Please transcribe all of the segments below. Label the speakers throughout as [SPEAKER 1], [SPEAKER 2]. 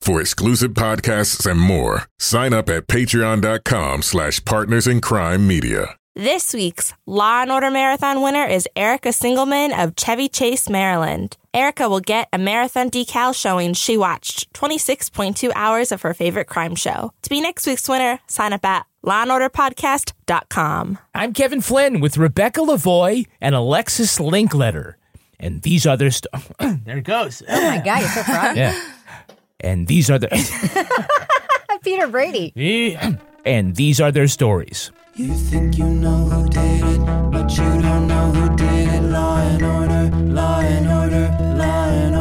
[SPEAKER 1] For exclusive podcasts and more, sign up at patreon.com slash partners in crime media.
[SPEAKER 2] This week's Law and Order Marathon winner is Erica Singleman of Chevy Chase, Maryland. Erica will get a marathon decal showing she watched 26.2 hours of her favorite crime show. To be next week's winner, sign up at lawandorderpodcast.com.
[SPEAKER 3] I'm Kevin Flynn with Rebecca Lavoy and Alexis Linkletter, and these are their st- there it goes.
[SPEAKER 4] Oh my God, you're so proud.
[SPEAKER 3] yeah, and these are the
[SPEAKER 4] Peter Brady.
[SPEAKER 3] and these are their stories.
[SPEAKER 5] You think you know who did it, but you don't know who did it. Law and order, law and order, law and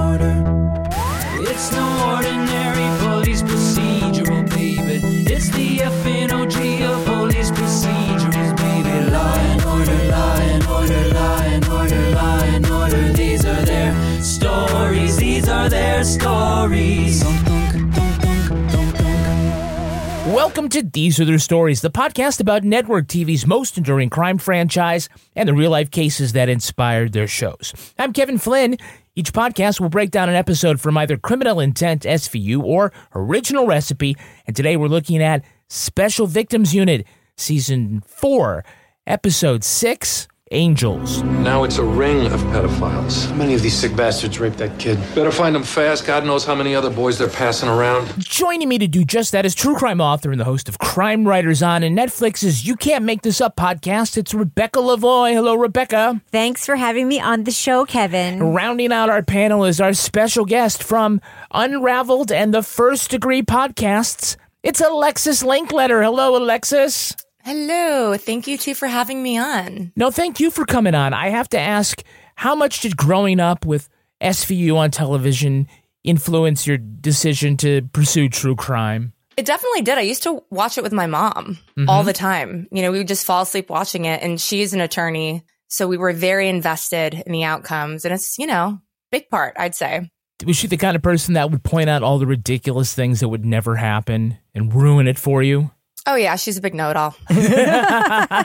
[SPEAKER 5] order. It's no ordinary police procedural, baby. It's the FNOG of police procedurals, baby. Law and order, law and order, law and order, law and order. These are their stories, these are their stories. Dunk, dunk, dunk, dunk, dunk, dunk.
[SPEAKER 3] Welcome to These Are Their Stories, the podcast about network TV's most enduring crime franchise and the real life cases that inspired their shows. I'm Kevin Flynn. Each podcast will break down an episode from either Criminal Intent SVU or Original Recipe, and today we're looking at Special Victims Unit, Season 4, Episode 6 Angels.
[SPEAKER 6] Now it's a ring of pedophiles.
[SPEAKER 7] Many of these sick bastards raped that kid.
[SPEAKER 6] Better find them fast. God knows how many other boys they're passing around.
[SPEAKER 3] Joining me to do just that is true crime author and the host of Crime Writers On and Netflix's You Can't Make This Up podcast. It's Rebecca Lavoy. Hello, Rebecca.
[SPEAKER 4] Thanks for having me on the show, Kevin.
[SPEAKER 3] Rounding out our panel is our special guest from Unraveled and the First Degree podcasts. It's Alexis Linkletter. Hello, Alexis.
[SPEAKER 8] Hello. Thank you too for having me on.
[SPEAKER 3] No, thank you for coming on. I have to ask, how much did growing up with SVU on television influence your decision to pursue true crime?
[SPEAKER 8] It definitely did. I used to watch it with my mom all the time. You know, we would just fall asleep watching it and she's an attorney. So we were very invested in the outcomes and it's, you know, big part, I'd say.
[SPEAKER 3] Was she the kind of person that would point out all the ridiculous things that would never happen and ruin it for you?
[SPEAKER 8] Oh yeah, she's a big know-it-all.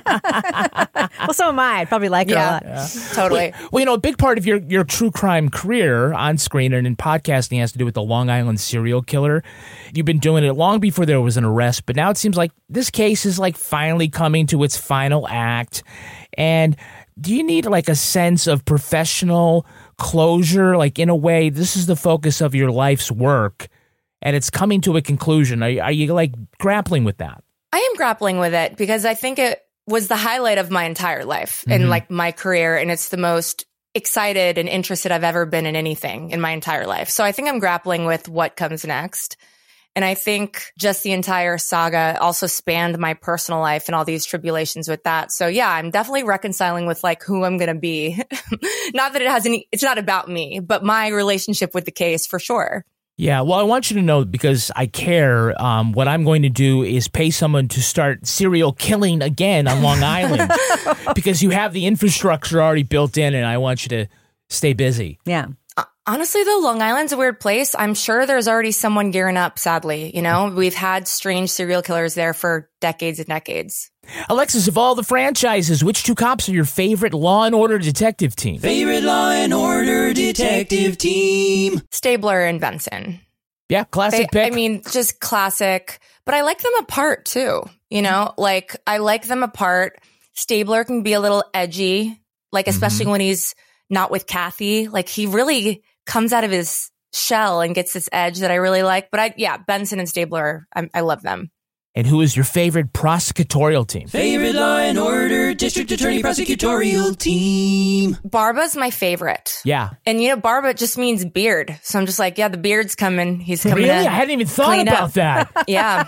[SPEAKER 4] Well, so am I. I'd probably like her a
[SPEAKER 8] Yeah.
[SPEAKER 4] lot.
[SPEAKER 8] Totally.
[SPEAKER 3] Well, you know, a big part of your, your true crime career on screen and in podcasting has to do with the Long Island serial killer. You've been doing it long before there was an arrest, but now it seems like this case is like finally coming to its final act. And do you need like a sense of professional closure? Like, in a way, this is the focus of your life's work and it's coming to a conclusion. Are, you- are you like grappling with that?
[SPEAKER 8] I am grappling with it because I think it was the highlight of my entire life and like my career. And it's the most excited and interested I've ever been in anything in my entire life. So I think I'm grappling with what comes next. And I think just the entire saga also spanned my personal life and all these tribulations with that. So yeah, I'm definitely reconciling with like who I'm going to be. not that it has any, it's not about me, but my relationship with the case for sure.
[SPEAKER 3] Yeah, well, I want you to know because I care. Um, what I'm going to do is pay someone to start serial killing again on Long Island because you have the infrastructure already built in, and I want you to stay busy.
[SPEAKER 4] Yeah.
[SPEAKER 8] Honestly, though, Long Island's a weird place. I'm sure there's already someone gearing up, sadly. You know, we've had strange serial killers there for decades and decades.
[SPEAKER 3] Alexis, of all the franchises, which two cops are your favorite Law and Order detective team?
[SPEAKER 5] Favorite Law and Order Detective Team.
[SPEAKER 8] Stabler and Benson.
[SPEAKER 3] Yeah, classic
[SPEAKER 8] They-
[SPEAKER 3] pick.
[SPEAKER 8] I mean, just classic, but I like them apart too. You know, like I like them apart. Stabler can be a little edgy, like especially when he's not with Kathy. Like he really comes out of his shell and gets this edge that I really like. But I, yeah, Benson and Stabler, I, I love them.
[SPEAKER 3] and who is your favorite prosecutorial team?
[SPEAKER 5] Favorite Law and Order District Attorney Prosecutorial Team.
[SPEAKER 8] Barba's my favorite.
[SPEAKER 3] Yeah.
[SPEAKER 8] And you know, Barba just means beard. So I'm just like, yeah, the beard's coming. He's coming.
[SPEAKER 3] Really?
[SPEAKER 8] to
[SPEAKER 3] I hadn't even thought
[SPEAKER 8] clean
[SPEAKER 3] about
[SPEAKER 8] up.
[SPEAKER 3] that.
[SPEAKER 8] Yeah,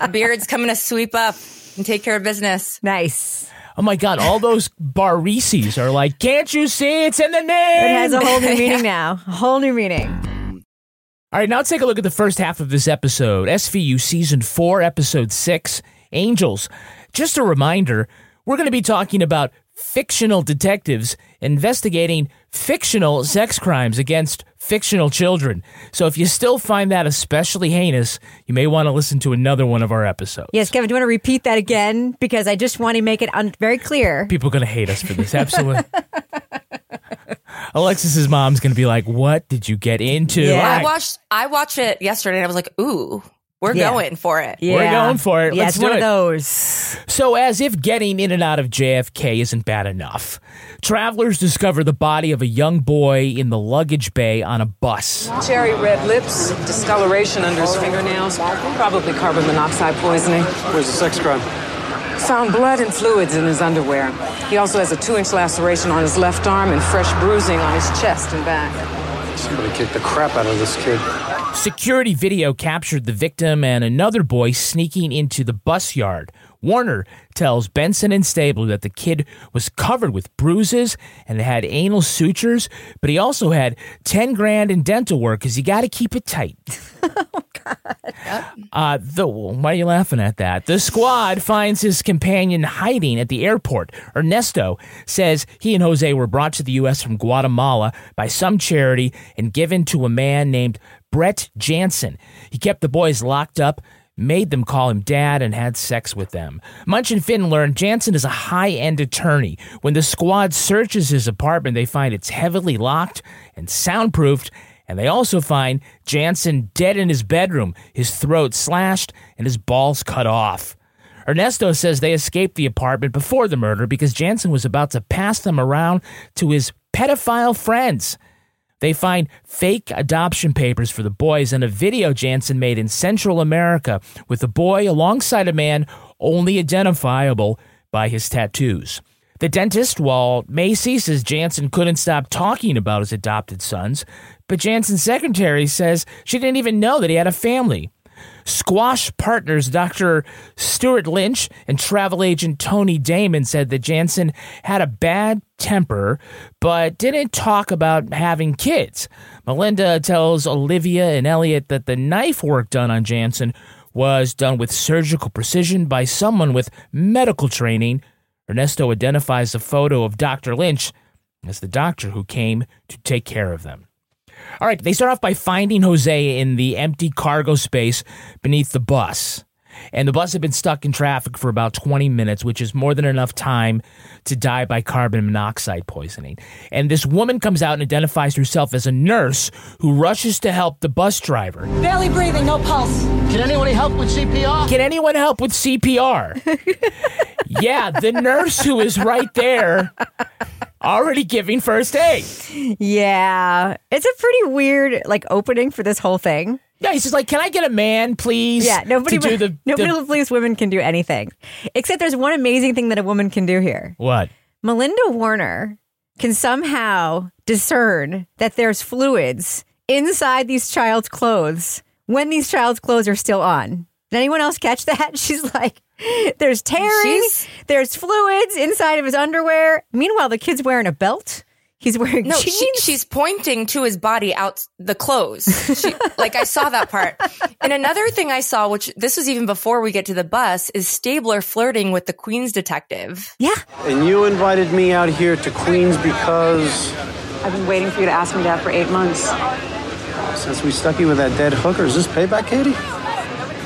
[SPEAKER 8] the beard's coming to sweep up and take care of business.
[SPEAKER 4] Nice.
[SPEAKER 3] Oh my God, all those Barisis are like, can't you see it's in the name?
[SPEAKER 4] It has a whole new meaning now. A whole new meaning.
[SPEAKER 3] All right, now let's take a look at the first half of this episode SVU Season 4, Episode 6 Angels. Just a reminder, we're going to be talking about fictional detectives investigating fictional sex crimes against fictional children. So if you still find that especially heinous, you may want to listen to another one of our episodes.
[SPEAKER 4] Yes, Kevin, do you want to repeat that again? Because I just want to make it un- very clear.
[SPEAKER 3] People are going to hate us for this. Absolutely. Alexis's mom's going to be like, "What did you get into?"
[SPEAKER 4] Yeah.
[SPEAKER 3] All
[SPEAKER 8] I
[SPEAKER 3] right.
[SPEAKER 8] watched I watched it yesterday and I was like, ooh, we're
[SPEAKER 4] Yeah.
[SPEAKER 8] going for it.
[SPEAKER 4] Yeah.
[SPEAKER 3] We're going for it.
[SPEAKER 4] Yeah,
[SPEAKER 3] Let's
[SPEAKER 4] it's
[SPEAKER 3] do
[SPEAKER 4] one
[SPEAKER 3] it.
[SPEAKER 4] of those.
[SPEAKER 3] So, as if getting in and out of JFK isn't bad enough, travelers discover the body of a young boy in the luggage bay on a bus.
[SPEAKER 9] Cherry red lips, discoloration under his fingernails, probably carbon monoxide poisoning.
[SPEAKER 7] Where's the sex crime?
[SPEAKER 9] Found blood and fluids in his underwear. He also has a two inch laceration on his left arm and fresh bruising on his chest and back.
[SPEAKER 7] Somebody kicked the crap out of this kid.
[SPEAKER 3] Security video captured the victim and another boy sneaking into the bus yard. Warner tells Benson and Stabler that the kid was covered with bruises and had anal sutures, but he also had 10 grand in dental work because you got to keep it tight. Uh, the, why are you laughing at that? The squad finds his companion hiding at the airport. Ernesto says he and Jose were brought to the U.S. from Guatemala by some charity and given to a man named Brett Jansen. He kept the boys locked up, made them call him dad, and had sex with them. Munch and Finn learn Jansen is a high end attorney. When the squad searches his apartment, they find it's heavily locked and soundproofed. And they also find Jansen dead in his bedroom, his throat slashed and his balls cut off. Ernesto says they escaped the apartment before the murder because Jansen was about to pass them around to his pedophile friends. They find fake adoption papers for the boys and a video Jansen made in Central America with the boy alongside a man only identifiable by his tattoos. The dentist, while Macy says Jansen couldn't stop talking about his adopted sons, but Jansen's secretary says she didn't even know that he had a family. Squash partners Dr. Stuart Lynch and travel agent Tony Damon said that Jansen had a bad temper, but didn't talk about having kids. Melinda tells Olivia and Elliot that the knife work done on Jansen was done with surgical precision by someone with medical training. Ernesto identifies a photo of Dr. Lynch as the doctor who came to take care of them. All right, they start off by finding Jose in the empty cargo space beneath the bus. And the bus had been stuck in traffic for about 20 minutes, which is more than enough time to die by carbon monoxide poisoning. And this woman comes out and identifies herself as a nurse who rushes to help the bus driver.
[SPEAKER 9] Barely breathing, no pulse.
[SPEAKER 5] Can anybody help with CPR?
[SPEAKER 3] Can anyone help with CPR? yeah, the nurse who is right there already giving first aid.
[SPEAKER 4] Yeah. Uh, It's a pretty weird like opening for this whole thing.
[SPEAKER 3] Yeah, he's just like, can I get a man, please?
[SPEAKER 4] Yeah, nobody
[SPEAKER 3] to do the,
[SPEAKER 4] nobody
[SPEAKER 3] the
[SPEAKER 4] believes women can do anything. Except there's one amazing thing that a woman can do here.
[SPEAKER 3] what?
[SPEAKER 4] Melinda Warner can somehow discern that there's fluids inside these child's clothes when these child's clothes are still on. Did anyone else catch that? She's like, there's tearing,
[SPEAKER 8] She's-
[SPEAKER 4] there's fluids inside of his underwear. Meanwhile, the kid's wearing a belt. He's wearing
[SPEAKER 8] No,
[SPEAKER 4] jeans.
[SPEAKER 8] she, she's pointing to his body out the clothes. She, like I saw that part. And another thing I saw, which this was even before we get to the bus, is Stabler flirting with the Queen's detective.
[SPEAKER 4] yeah.
[SPEAKER 7] And you invited me out here to Queens because
[SPEAKER 9] I've been waiting for you to ask me that for eight months.
[SPEAKER 7] since we stuck you with that dead hooker, is this payback, Katie?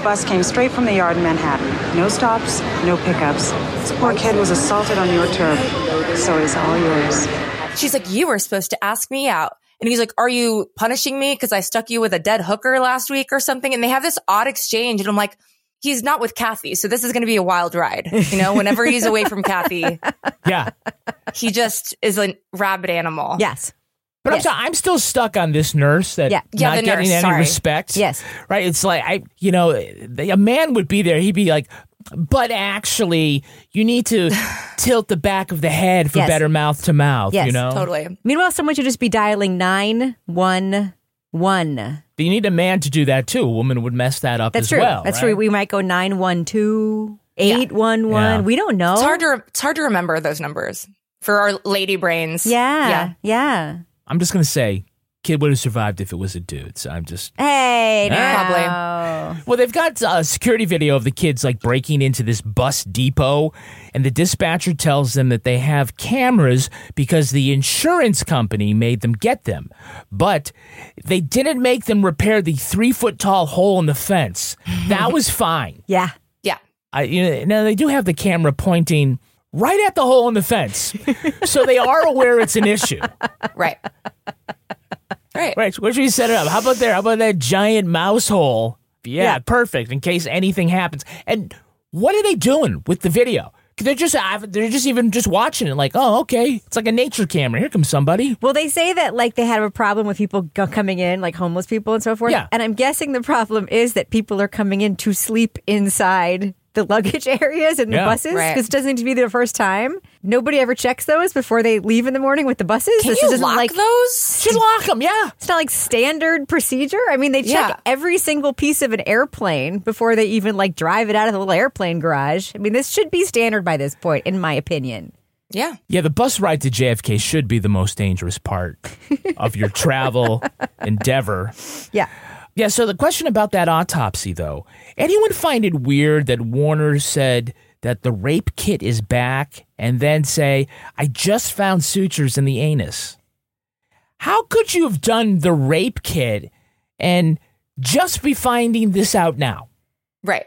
[SPEAKER 9] Bus came straight from the yard in Manhattan. No stops, no pickups. This poor kid was assaulted on your turf, so he's all yours.
[SPEAKER 8] She's like, you were supposed to ask me out. And he's like, are you punishing me because I stuck you with a dead hooker last week or something? And they have this odd exchange. And I'm like, he's not with Kathy. So this is going to be a wild ride. You know, whenever he's away from Kathy,
[SPEAKER 3] Yeah.
[SPEAKER 8] he just is a rabid animal.
[SPEAKER 4] Yes.
[SPEAKER 3] But
[SPEAKER 4] Yes.
[SPEAKER 3] I'm, sorry, I'm still stuck on this nurse that
[SPEAKER 4] Yeah.
[SPEAKER 8] Yeah,
[SPEAKER 3] not
[SPEAKER 8] the
[SPEAKER 3] getting
[SPEAKER 8] nurse,
[SPEAKER 3] any
[SPEAKER 8] sorry.
[SPEAKER 3] respect.
[SPEAKER 4] Yes.
[SPEAKER 3] Right? It's like, I, you know, the- a man would be there. He'd be like, but actually, you need to tilt the back of the head for
[SPEAKER 4] Yes.
[SPEAKER 3] better mouth to mouth,
[SPEAKER 4] Yes,
[SPEAKER 3] you know?
[SPEAKER 8] Totally.
[SPEAKER 4] Meanwhile, someone should just be dialing 911.
[SPEAKER 3] You need a man to do that too. A woman would mess that up
[SPEAKER 4] That's
[SPEAKER 3] as
[SPEAKER 4] true.
[SPEAKER 3] well.
[SPEAKER 4] That's
[SPEAKER 3] right?
[SPEAKER 4] true. We might go 912, 811.
[SPEAKER 3] Yeah.
[SPEAKER 4] We don't know.
[SPEAKER 8] It's hard to it's hard to remember those numbers for our lady brains.
[SPEAKER 4] Yeah, yeah.
[SPEAKER 3] I'm just going to say Kid would have survived if it was a dude. So I'm just.
[SPEAKER 4] Hey,
[SPEAKER 8] Probably.
[SPEAKER 4] now.
[SPEAKER 3] Well, they've got uh, security video of the kids like breaking into this bus depot, and the dispatcher tells them that they have cameras because the insurance company made them get them. But they didn't make them repair the three foot tall hole in the fence. That was fine.
[SPEAKER 4] Yeah.
[SPEAKER 8] Yeah.
[SPEAKER 3] I, you know, now they do have the camera pointing right at the hole in the fence, so they are aware it's an issue.
[SPEAKER 8] Right. right.
[SPEAKER 3] Right, where should we set it up? How about there? How about that giant mouse hole? Yeah, perfect. In case anything happens. And what are they doing with the video? 'Cause They're just I've- they're just even just watching it. Like, oh, okay, it's like a nature camera. Here comes somebody.
[SPEAKER 4] Well, they say that like they have a problem with people go- coming in, like homeless people and so forth.
[SPEAKER 3] Yeah.
[SPEAKER 4] And I'm guessing the problem is that people are coming in to sleep inside the luggage areas and
[SPEAKER 3] Yeah.
[SPEAKER 4] the buses
[SPEAKER 8] Right.
[SPEAKER 4] because it doesn't need to be their first time. Nobody ever checks those before they leave in the morning with the buses.
[SPEAKER 8] Can
[SPEAKER 4] this
[SPEAKER 8] you
[SPEAKER 4] isn't
[SPEAKER 8] lock
[SPEAKER 4] like
[SPEAKER 8] those?
[SPEAKER 3] Should lock them. Yeah,
[SPEAKER 4] it's not like standard procedure. I mean, they check
[SPEAKER 8] Yeah.
[SPEAKER 4] every single piece of an airplane before they even like drive it out of the little airplane garage. I mean, this should be standard by this point, in my opinion.
[SPEAKER 8] Yeah.
[SPEAKER 3] yeah. The bus ride to JFK should be the most dangerous part of your travel endeavor.
[SPEAKER 4] Yeah.
[SPEAKER 3] Yeah, so the question about that autopsy, though. Anyone find it weird that Warner said that the rape kit is back and then say, I just found sutures in the anus? How could you have done the rape kit and just be finding this out now?
[SPEAKER 8] Right.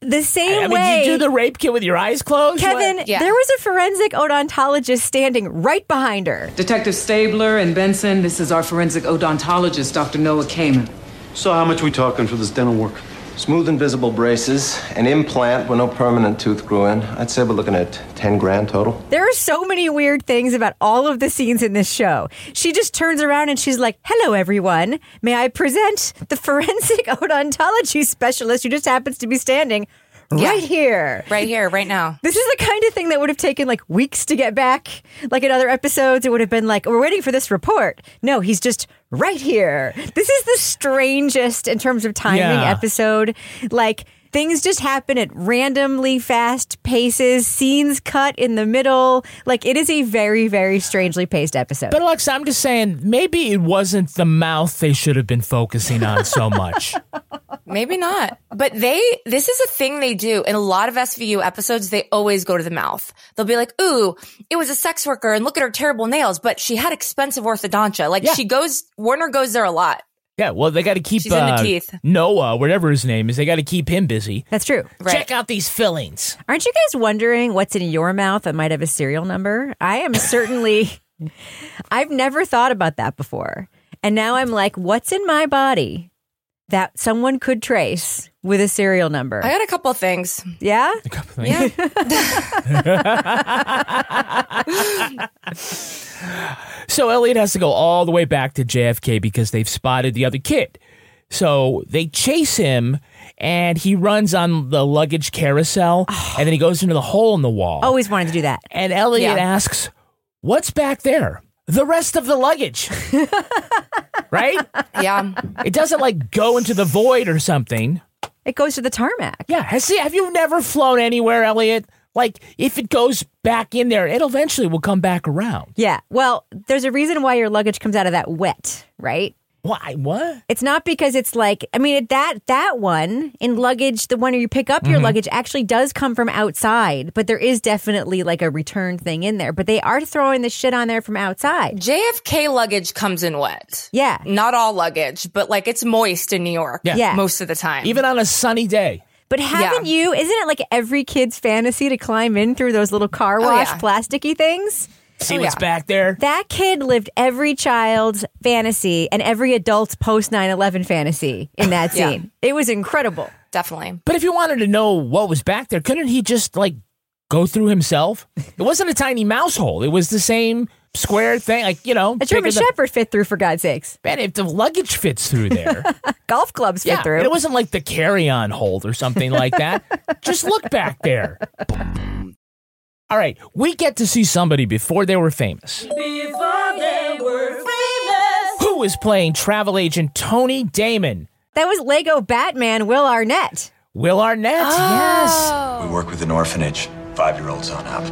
[SPEAKER 4] The
[SPEAKER 3] I-
[SPEAKER 4] same
[SPEAKER 3] I mean,
[SPEAKER 4] way.
[SPEAKER 3] did you do the rape kit with your eyes closed?
[SPEAKER 4] Kevin,
[SPEAKER 8] Yeah.
[SPEAKER 4] there was a forensic odontologist standing right behind her.
[SPEAKER 5] Detective Stabler and Benson, this is our forensic odontologist, Dr. Noah Kamen.
[SPEAKER 7] So, how much we talking for this dental work?
[SPEAKER 10] Smooth invisible braces, an implant with no permanent tooth grew in. I'd say we're looking at 10 grand total.
[SPEAKER 4] There are so many weird things about all of the scenes in this show. She just turns around and she's like, Hello, everyone. May I present the forensic odontology specialist who just happens to be standing
[SPEAKER 8] Yeah.
[SPEAKER 4] right here?
[SPEAKER 8] Right here, right now.
[SPEAKER 4] This is the kind of thing that would have taken like weeks to get back. Like in other episodes, it would have been like, we're waiting for this report. No, he's just right here. This is the strangest in terms of timing
[SPEAKER 3] Yeah.
[SPEAKER 4] episode. Like things just happen at randomly fast paces, scenes cut in the middle. Like it is a very, very strangely paced episode.
[SPEAKER 3] But, Alexa, I'm just saying, maybe it wasn't the mouth they should have been focusing on so much.
[SPEAKER 8] Maybe not. But they, this is a thing they do in a lot of SVU episodes. They always go to the mouth. They'll be like, ooh, it was a sex worker and look at her terrible nails, but she had expensive orthodontia. Like
[SPEAKER 3] Yeah.
[SPEAKER 8] she goes, Warner goes there a lot.
[SPEAKER 3] yeah, well, they got to keep
[SPEAKER 8] She's in the
[SPEAKER 3] uh,
[SPEAKER 8] teeth.
[SPEAKER 3] Noah, whatever his name is, they got to keep him busy.
[SPEAKER 4] That's true.
[SPEAKER 8] Right.
[SPEAKER 3] Check out these fillings.
[SPEAKER 4] Aren't you guys wondering what's in your mouth that might have a serial number? I am certainly, I've never thought about that before. And now I'm like, what's in my body that someone could trace with a serial number?
[SPEAKER 8] I got a couple of things.
[SPEAKER 4] yeah?
[SPEAKER 8] Yeah.
[SPEAKER 3] So Elliot has to go all the way back to JFK because they've spotted the other kid. So they chase him and he runs on the luggage carousel
[SPEAKER 8] Oh.
[SPEAKER 3] and then he goes into the hole in the wall.
[SPEAKER 4] Always wanted to do that.
[SPEAKER 3] and Elliot
[SPEAKER 8] Yeah.
[SPEAKER 3] asks, What's back there? The rest of the luggage. right?
[SPEAKER 8] yeah.
[SPEAKER 3] It doesn't like go into the void or something.
[SPEAKER 4] It goes to the tarmac.
[SPEAKER 3] Yeah. Has, see, have you never flown anywhere, Elliot? Like if it goes back in there, it eventually will come back around.
[SPEAKER 4] Yeah. Well, there's a reason why your luggage comes out of that wet, right?
[SPEAKER 3] Why? What?
[SPEAKER 4] It's not because it's like I mean that that one in luggage, the one where you pick up
[SPEAKER 8] Mm-hmm.
[SPEAKER 4] your luggage actually does come from outside, but there is definitely like a return thing in there. But they are throwing the shit on there from outside.
[SPEAKER 8] JFK luggage comes in wet.
[SPEAKER 4] Yeah.
[SPEAKER 8] Not all luggage, but like it's moist in New York.
[SPEAKER 3] Yeah.
[SPEAKER 4] Yeah.
[SPEAKER 8] Most of the time.
[SPEAKER 3] Even on a sunny day.
[SPEAKER 4] But haven't
[SPEAKER 8] Yeah.
[SPEAKER 4] you? Isn't it like every kid's fantasy to climb in through those little car wash
[SPEAKER 8] Oh, yeah.
[SPEAKER 4] plasticky things?
[SPEAKER 3] See
[SPEAKER 8] Oh,
[SPEAKER 3] what's
[SPEAKER 8] yeah.
[SPEAKER 3] back there.
[SPEAKER 4] That kid lived every child's fantasy and every adult's post 9/11 fantasy in that
[SPEAKER 8] Yeah.
[SPEAKER 4] scene. It was incredible.
[SPEAKER 8] definitely.
[SPEAKER 3] But if you wanted to know what was back there, couldn't he just like go through himself? It wasn't a tiny mouse hole. It was the same square thing, like you know,
[SPEAKER 4] A German
[SPEAKER 3] picking the-
[SPEAKER 4] Shepherd fit through for God's sakes.
[SPEAKER 3] Man, if the luggage fits through there,
[SPEAKER 4] Golf clubs fit
[SPEAKER 3] yeah,
[SPEAKER 4] through.
[SPEAKER 3] it wasn't like the carry-on hold or something like that. just look back there. All right, we get to see somebody before they were famous. Who is playing travel agent Tony Damon?
[SPEAKER 4] That was Lego Batman Will Arnett.
[SPEAKER 3] Will Arnett. Yes.
[SPEAKER 4] Ah.
[SPEAKER 10] We work with an orphanage, five year olds on up.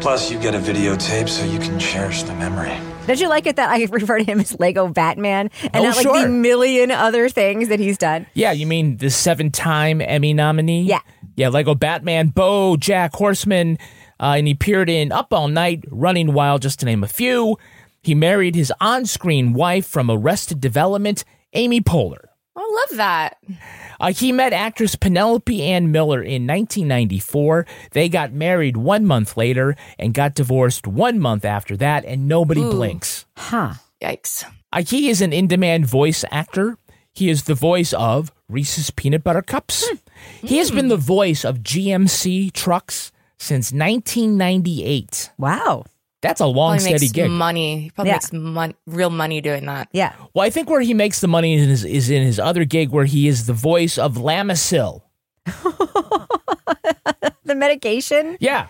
[SPEAKER 11] Plus, you get a videotape so you can cherish the memory.
[SPEAKER 4] Did you like it that I refer to him as Lego Batman and
[SPEAKER 3] Oh,
[SPEAKER 4] not like
[SPEAKER 3] sure.
[SPEAKER 4] the million other things that he's done?
[SPEAKER 3] Yeah, you mean the seven time Emmy nominee? Yeah. Yeah, Lego Batman, Bo, Jack Horseman, uh, and he appeared in Up All Night, Running Wild, just to name a few. He married his on screen wife from Arrested Development, Amy Poehler.
[SPEAKER 8] I love that.
[SPEAKER 3] Uh, he met actress Penelope Ann Miller in 1994. They got married one month later and got divorced one month after that, and nobody
[SPEAKER 8] Ooh.
[SPEAKER 3] blinks.
[SPEAKER 4] Huh.
[SPEAKER 8] Yikes.
[SPEAKER 3] Uh, he is an in demand voice actor. He is the voice of Reese's Peanut Butter Cups.
[SPEAKER 4] Hmm.
[SPEAKER 3] He has been the voice of GMC trucks since 1998.
[SPEAKER 4] Wow.
[SPEAKER 3] That's a long,
[SPEAKER 8] probably
[SPEAKER 3] steady
[SPEAKER 8] makes
[SPEAKER 3] gig.
[SPEAKER 8] money. He probably
[SPEAKER 3] Yeah.
[SPEAKER 8] makes mon- real money doing that.
[SPEAKER 4] Yeah.
[SPEAKER 3] Well, I think where he makes the money in his, is in his other gig where he is the voice of Lamisil.
[SPEAKER 4] The medication?
[SPEAKER 3] Yeah.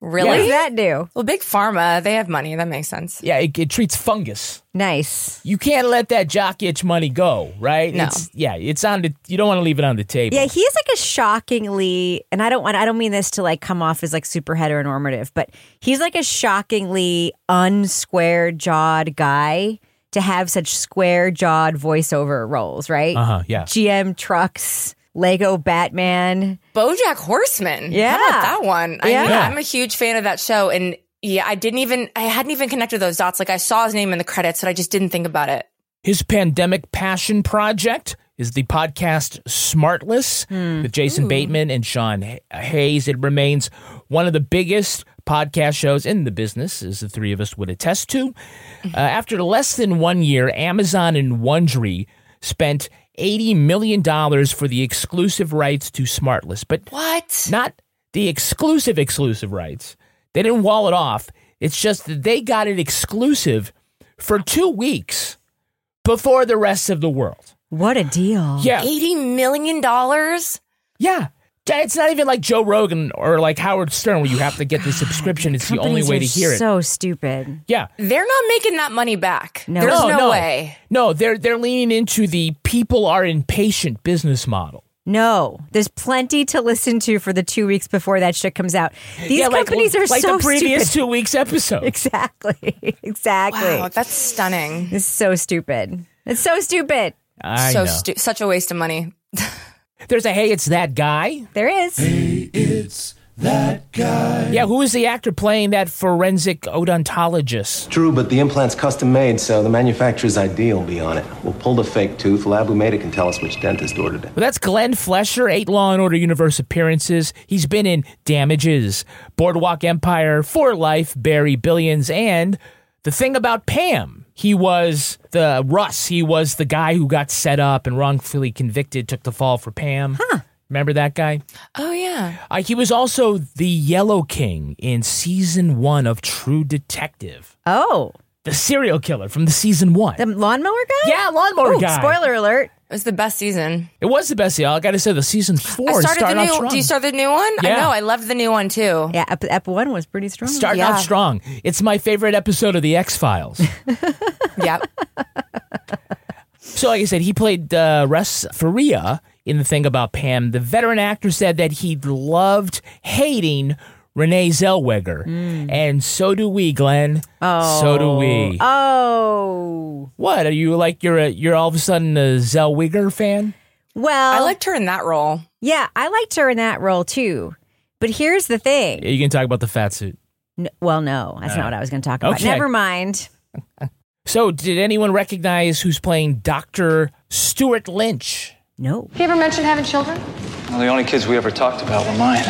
[SPEAKER 8] Really?
[SPEAKER 4] What does that do?
[SPEAKER 8] Well, big pharma, they have money. That makes sense.
[SPEAKER 3] Yeah, it, it treats fungus.
[SPEAKER 4] Nice.
[SPEAKER 3] You can't let that jock itch money go, right?
[SPEAKER 4] No.
[SPEAKER 3] It's, yeah, it's on the, you don't want to leave it on the table.
[SPEAKER 4] Yeah, he is like a shockingly, and I don't want, I don't mean this to like come off as like super heteronormative, but he's like a shockingly unsquare jawed guy to have such square jawed voiceover roles, right?
[SPEAKER 3] Uh-huh, yeah.
[SPEAKER 4] GM trucks, Lego Batman.
[SPEAKER 8] BoJack Horseman.
[SPEAKER 4] Yeah.
[SPEAKER 8] How about that one? I
[SPEAKER 4] Yeah.
[SPEAKER 8] mean,
[SPEAKER 4] Yeah.
[SPEAKER 8] I'm a huge fan of that show. And yeah, I didn't even, I hadn't even connected those dots. Like I saw his name in the credits and I just didn't think about it.
[SPEAKER 3] His pandemic passion project is the podcast Smartless with Jason Bateman and Sean H- Hayes. It remains one of the biggest podcast shows in the business, as the three of us would attest to. Uh, after less than one year, Amazon and Wondery spent $80 million for the exclusive rights to Smartless. But
[SPEAKER 8] what?
[SPEAKER 3] Not the exclusive, exclusive rights. They didn't wall it off. It's just that they got it exclusive for two weeks before the rest of the world.
[SPEAKER 4] What a deal.
[SPEAKER 3] Yeah.
[SPEAKER 8] $80 million?
[SPEAKER 3] Yeah. It's not even like Joe Rogan or like Howard Stern where you have to get the subscription. It's the only
[SPEAKER 4] Companies
[SPEAKER 3] way
[SPEAKER 4] are
[SPEAKER 3] to hear it.
[SPEAKER 4] So stupid.
[SPEAKER 3] Yeah.
[SPEAKER 8] They're not making that money back. There's no, way.
[SPEAKER 3] No, they're they're leaning into the people are impatient business model.
[SPEAKER 4] No, there's plenty to listen to for the two weeks before that shit comes out. These
[SPEAKER 3] Yeah, like-
[SPEAKER 4] companies are
[SPEAKER 3] like
[SPEAKER 4] so
[SPEAKER 3] the previous
[SPEAKER 4] stupid.
[SPEAKER 3] two weeks episode.
[SPEAKER 4] Exactly. Exactly.
[SPEAKER 8] Wow, that's stunning.
[SPEAKER 4] It's so stupid. It's so stupid.
[SPEAKER 3] I
[SPEAKER 8] so
[SPEAKER 3] know.
[SPEAKER 8] stu- such a waste of money.
[SPEAKER 3] There's a hey, it's that guy.
[SPEAKER 4] There is.
[SPEAKER 3] Hey, it's that guy. Yeah, who is the actor playing that forensic odontologist?
[SPEAKER 10] True, but the implant's custom made, so the manufacturer's ID will be on it. We'll pull the fake tooth. Lab who made it can tell us which dentist ordered it.
[SPEAKER 3] Well, that's Glenn Flesher, eight Law and Order Universe appearances. He's been in Damages, Boardwalk Empire, For Life, Barry Billions, and The Thing About Pam. He was the Russ. He was the guy who got set up and wrongfully convicted, took the fall for Pam. Huh. Remember that guy?
[SPEAKER 8] Oh, yeah.
[SPEAKER 3] Uh, he was also the Yellow King in season one of True Detective.
[SPEAKER 4] Oh.
[SPEAKER 3] The serial killer from the season one.
[SPEAKER 4] The lawnmower guy?
[SPEAKER 3] Yeah, lawnmower
[SPEAKER 4] Ooh,
[SPEAKER 3] guy.
[SPEAKER 4] Spoiler alert.
[SPEAKER 8] It was the best season.
[SPEAKER 3] It was the best deal. I got to say, the season four
[SPEAKER 8] I
[SPEAKER 3] is
[SPEAKER 8] started the
[SPEAKER 3] starting
[SPEAKER 8] new.
[SPEAKER 3] off strong.
[SPEAKER 8] Do you start the new one?
[SPEAKER 3] Yeah.
[SPEAKER 8] I know. I loved the new one too.
[SPEAKER 4] Yeah, ep, ep one was pretty
[SPEAKER 8] mm,
[SPEAKER 4] strong.
[SPEAKER 3] starting off strong. It's my favorite episode of The X Files.
[SPEAKER 8] yep.
[SPEAKER 3] so, like I said, he played uh, Russ Faria in The Thing About Pam. The veteran actor said that he loved hating Renee Zellweger.
[SPEAKER 8] Mm.
[SPEAKER 3] And so do we, Glenn.
[SPEAKER 4] Oh.
[SPEAKER 3] So do we.
[SPEAKER 8] Uh,
[SPEAKER 4] Oh.
[SPEAKER 3] What? Are you like, you're, a, you're all of a sudden a Zellweger fan?
[SPEAKER 4] Well,
[SPEAKER 8] I liked her in that role.
[SPEAKER 4] yeah, I liked her in that role too. But here's the thing.
[SPEAKER 3] You can talk about the fat suit.
[SPEAKER 4] N- well, no, that's
[SPEAKER 3] Uh,
[SPEAKER 4] not what I was going to talk about.
[SPEAKER 3] okay.
[SPEAKER 4] Never mind.
[SPEAKER 3] So, did anyone recognize who's playing Dr. Stuart Lynch?
[SPEAKER 4] No.
[SPEAKER 12] You ever mentioned having children?
[SPEAKER 7] Well, the only kids we ever talked about were mine.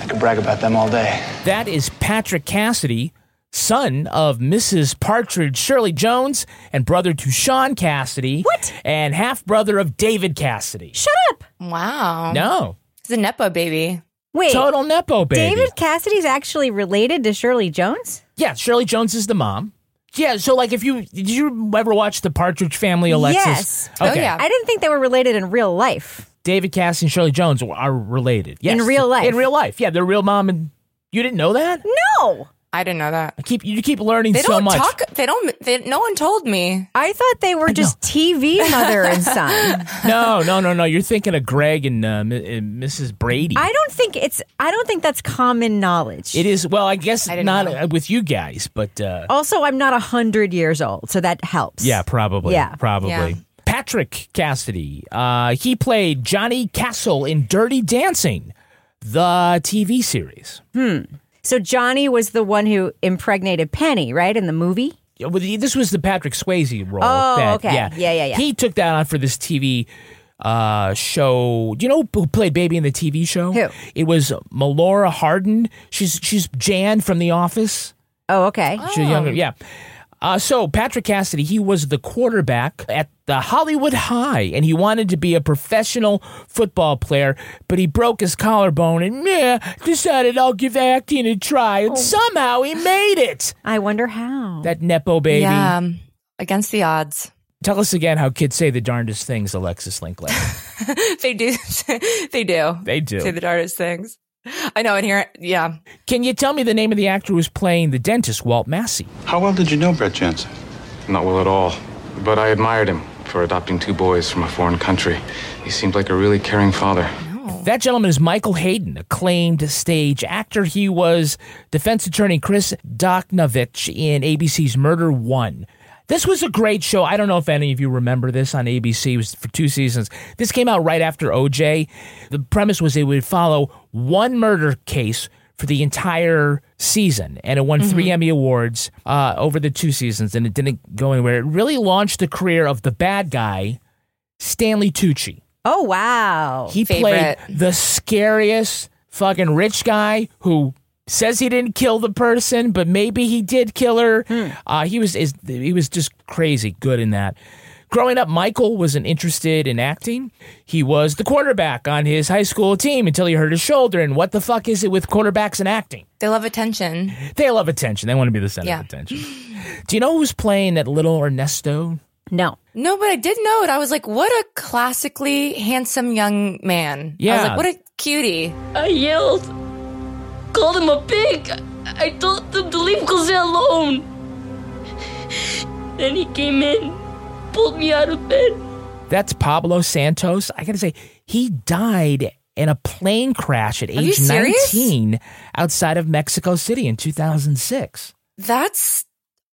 [SPEAKER 7] I could brag about them all day.
[SPEAKER 3] That is Patrick Cassidy, son of Mrs. Partridge Shirley Jones and brother to Sean Cassidy. What? And half brother of David Cassidy.
[SPEAKER 4] Shut up.
[SPEAKER 8] Wow.
[SPEAKER 3] No.
[SPEAKER 8] It's a Nepo baby.
[SPEAKER 4] Wait.
[SPEAKER 3] Total Nepo baby.
[SPEAKER 4] David Cassidy's actually related to Shirley Jones?
[SPEAKER 3] Yeah, Shirley Jones is the mom. Yeah, so like if you did you ever watch the Partridge Family Alexis?
[SPEAKER 4] Yes. Oh, I didn't think they were related in real life.
[SPEAKER 3] David Cassidy and Shirley Jones are related. Yes.
[SPEAKER 4] In real life.
[SPEAKER 3] In real life. Yeah, they're real mom and you didn't know that?
[SPEAKER 4] No.
[SPEAKER 8] I didn't know that.
[SPEAKER 3] I keep you keep learning
[SPEAKER 8] They
[SPEAKER 3] so
[SPEAKER 8] don't
[SPEAKER 3] much.
[SPEAKER 8] talk. They don't. They, no one told me.
[SPEAKER 4] I thought they were just TV mother and son.
[SPEAKER 3] no, no, no, no. You're thinking of Greg and, uh, M- and Mrs. Brady.
[SPEAKER 4] I don't think it's. I don't think that's common knowledge.
[SPEAKER 3] it is well, I guess
[SPEAKER 4] I didn't
[SPEAKER 3] not
[SPEAKER 4] know. Oh,
[SPEAKER 3] uh, with you guys, but uh,
[SPEAKER 4] Also, I'm not a hundred years old, so that helps.
[SPEAKER 3] yeah, probably,
[SPEAKER 4] Yeah.
[SPEAKER 3] probably.
[SPEAKER 4] Yeah.
[SPEAKER 3] Patrick Cassidy. Uh, he played Johnny Castle in Dirty Dancing, the TV series.
[SPEAKER 4] Hmm. So Johnny was the one who impregnated Penny, right, in the movie.
[SPEAKER 3] Yeah, well, the- This was the Patrick Swayze role.
[SPEAKER 4] Oh,
[SPEAKER 3] that-
[SPEAKER 4] okay. Yeah, yeah, yeah.
[SPEAKER 3] He took that on for this TV uh, show. Do you know who played Baby in the TV show? Who? It was Melora Hardin. She's she's Jan from The Office.
[SPEAKER 4] Oh, okay.
[SPEAKER 3] She's younger. Yeah. Uh, so Patrick Cassidy, he was the quarterback at the Hollywood High, and he wanted to be a professional football player, but he broke his collarbone and meh, decided I'll give acting a try, and somehow he made it.
[SPEAKER 4] I wonder how.
[SPEAKER 3] That nepo baby.
[SPEAKER 8] Yeah, um, against the odds.
[SPEAKER 3] Tell us again how kids say the darndest things, Alexis Linklater.
[SPEAKER 8] they do. they do.
[SPEAKER 3] They do.
[SPEAKER 8] Say the darndest things. I know. And here, yeah.
[SPEAKER 3] Can you tell me the name of the actor who was playing the dentist, Walt Massey?
[SPEAKER 12] How well did you know Brett Jensen?
[SPEAKER 6] Not well at all. But I admired him for adopting two boys from a foreign country. He seemed like a really caring father.
[SPEAKER 3] That gentleman is Michael Hayden, acclaimed stage actor. He was defense attorney Chris Doknovich in ABC's Murder One. This was a great show. I don't know if any of you remember this on ABC. It was for two seasons. This came out right after OJ. The premise was it would follow one murder case for the entire season, and it won three Emmy Awards uh, over the two seasons, and it didn't go anywhere. It really launched the career of the bad guy, Stanley Tucci.
[SPEAKER 4] Oh wow.
[SPEAKER 3] He played the scariest fucking rich guy who says he didn't kill the person, but maybe he did kill her. Uh, he was is, he was just crazy good in that. Growing up, Michael wasn't interested in acting. He was the quarterback on his high school team until he hurt his shoulder. And what the fuck is it with quarterbacks and acting?
[SPEAKER 8] They love attention.
[SPEAKER 3] They love attention. They want to be the center
[SPEAKER 8] Yeah.
[SPEAKER 3] of attention. Do you know who's playing that little Ernesto?
[SPEAKER 4] No.
[SPEAKER 8] No, but I did know it. I was like, what a classically handsome young man. I
[SPEAKER 3] Yeah.
[SPEAKER 8] was like, what a cutie.
[SPEAKER 13] I yelled, called him a pig. I told them to leave Jose alone. Then he came in, pulled me out of bed.
[SPEAKER 3] That's Pablo Santos. I gotta say, he died in a plane crash at
[SPEAKER 8] Are you
[SPEAKER 3] age
[SPEAKER 8] serious?
[SPEAKER 3] 19 outside of Mexico City in 2006.
[SPEAKER 8] That's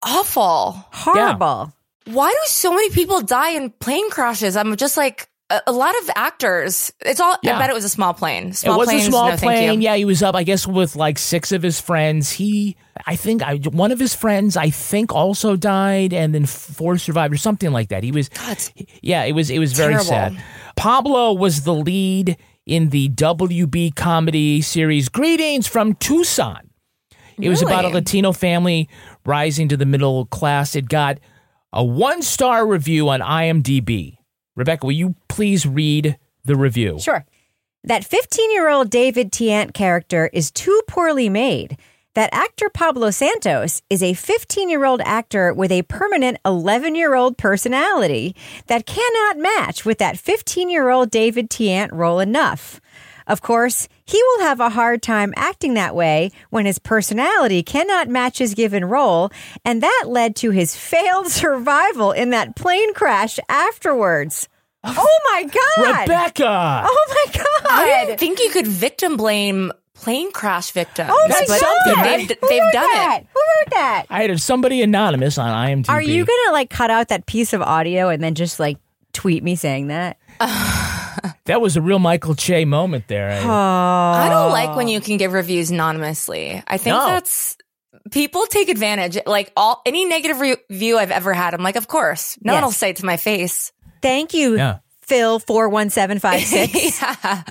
[SPEAKER 8] awful.
[SPEAKER 3] Horrible.
[SPEAKER 8] Why do so many people die in plane crashes? I'm just like, a, a lot of actors. It's all,
[SPEAKER 3] Yeah.
[SPEAKER 8] I bet it was a small plane. Small
[SPEAKER 3] it was
[SPEAKER 8] planes,
[SPEAKER 3] a small
[SPEAKER 8] no,
[SPEAKER 3] plane.
[SPEAKER 8] Thank you.
[SPEAKER 3] Yeah, he was up, I guess, with like six of his friends. He, I think, I, one of his friends, I think, also died, and then four survived or something like that. He was, yeah, it was, it was very
[SPEAKER 8] Terrible.
[SPEAKER 3] sad. Pablo was the lead in the WB comedy series Greetings from Tucson. It was about a
[SPEAKER 8] Really?
[SPEAKER 3] Latino family rising to the middle class. It got a one star review on IMDb. Rebecca, will you please read the review?
[SPEAKER 4] Sure. That 15 year old David Tiant character is too poorly made. That actor Pablo Santos is a 15 year old actor with a permanent 11 year old personality that cannot match with that 15 year old David Tiant role enough. Of course, he will have a hard time acting that way when his personality cannot match his given role, and that led to his failed survival in that plane crash afterwards. Oh my God!
[SPEAKER 3] Rebecca!
[SPEAKER 4] Oh my God!
[SPEAKER 8] I didn't think you could victim blame plane crash victims.
[SPEAKER 4] Oh my
[SPEAKER 8] but
[SPEAKER 4] God!
[SPEAKER 8] They've,
[SPEAKER 4] Who
[SPEAKER 8] they've
[SPEAKER 4] wrote
[SPEAKER 8] done
[SPEAKER 4] that?
[SPEAKER 8] it.
[SPEAKER 4] Who wrote that?
[SPEAKER 3] I had somebody anonymous on IMDb.
[SPEAKER 4] Are you gonna like cut out that piece of audio and then just like tweet me saying that?
[SPEAKER 3] That was a real Michael Che moment there. I-
[SPEAKER 8] I don't like when you can give reviews anonymously. I think
[SPEAKER 3] Oh. No.
[SPEAKER 8] that's people take advantage. Like all any negative re- review I've ever had, I'm like, of course, no one
[SPEAKER 4] Yes.
[SPEAKER 8] will say it to my face.
[SPEAKER 4] Thank you,
[SPEAKER 8] Yeah.
[SPEAKER 4] Phil four one seven five six.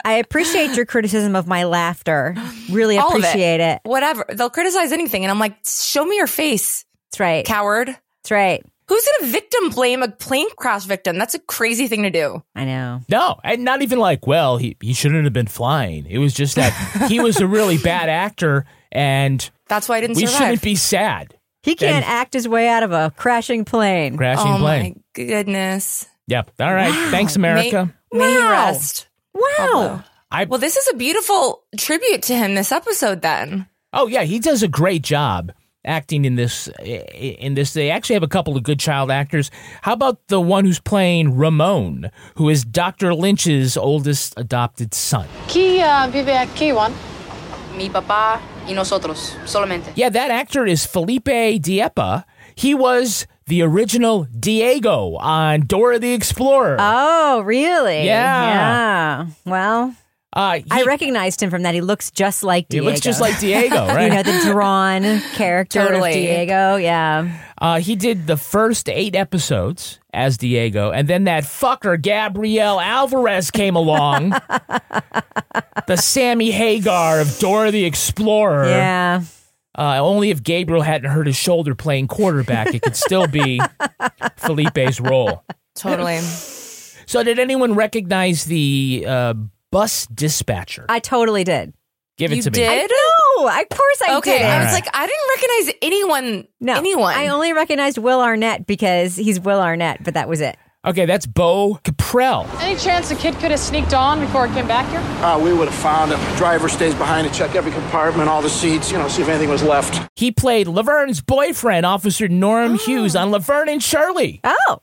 [SPEAKER 4] I appreciate your criticism of my laughter. Really
[SPEAKER 8] All of
[SPEAKER 4] appreciate it.
[SPEAKER 8] Whatever they'll criticize anything, and I'm like, show me your face.
[SPEAKER 4] That's right,
[SPEAKER 8] coward.
[SPEAKER 4] That's right.
[SPEAKER 8] Who's gonna victim blame a plane crash victim? That's a crazy thing to do.
[SPEAKER 4] I know.
[SPEAKER 3] No, and not even like, well, he, he shouldn't have been flying. It was just that he was a really bad actor, and
[SPEAKER 8] That's why I didn't
[SPEAKER 3] we
[SPEAKER 8] survive.
[SPEAKER 3] shouldn't be sad.
[SPEAKER 4] He can't act his way out of a crashing plane.
[SPEAKER 3] Crashing
[SPEAKER 8] oh
[SPEAKER 3] plane.
[SPEAKER 8] my goodness.
[SPEAKER 3] Yep. All right. Thanks, America.
[SPEAKER 8] May, may he rest.
[SPEAKER 4] Wow.
[SPEAKER 3] I,
[SPEAKER 8] well, this is a beautiful tribute to him. This episode, then.
[SPEAKER 3] Oh yeah, he does a great job acting in this. In this, they actually have a couple of good child actors. How about the one who's playing Ramon, who is Dr. Lynch's oldest adopted son?
[SPEAKER 12] ¿Quién ah, vive aquí, Juan? Mi papá y nosotros, solamente.
[SPEAKER 3] Yeah, that actor is Felipe Diepa. He was the original Diego on Dora the Explorer. Uh,
[SPEAKER 4] Oh, really? Yeah.
[SPEAKER 3] Yeah.
[SPEAKER 4] Well,
[SPEAKER 3] uh,
[SPEAKER 4] I recognized him from that. He looks just like
[SPEAKER 3] He
[SPEAKER 4] Diego.
[SPEAKER 3] looks just like Diego,
[SPEAKER 4] you
[SPEAKER 3] right?
[SPEAKER 4] know, the drawn character
[SPEAKER 3] Totally.
[SPEAKER 4] of Diego. Yeah.
[SPEAKER 3] Uh, he did the first eight episodes as Diego, and then that fucker Gabrielle Alvarez came along, the Sammy Hagar of Dora the Explorer.
[SPEAKER 4] Yeah.
[SPEAKER 3] Uh, only if Gabriel hadn't hurt his shoulder playing quarterback, it could still be Felipe's role.
[SPEAKER 8] Totally.
[SPEAKER 3] So, did anyone recognize the uh, bus dispatcher?
[SPEAKER 4] I totally did.
[SPEAKER 3] Give it to me.
[SPEAKER 4] No, of course I
[SPEAKER 8] okay,
[SPEAKER 4] did.
[SPEAKER 8] I was
[SPEAKER 3] All right.
[SPEAKER 8] like, I didn't recognize anyone.
[SPEAKER 4] No,
[SPEAKER 8] anyone.
[SPEAKER 4] I only recognized Will Arnett because he's Will Arnett, but that was it.
[SPEAKER 3] Okay, that's Bo Caprell.
[SPEAKER 12] Any chance the kid could have sneaked on before it came back here?
[SPEAKER 14] Uh, we would have found him. Driver stays behind to check every compartment, all the seats, you know, see if anything was left.
[SPEAKER 3] He played Laverne's boyfriend, Officer Norm Hughes, on Laverne and Shirley.
[SPEAKER 4] Oh.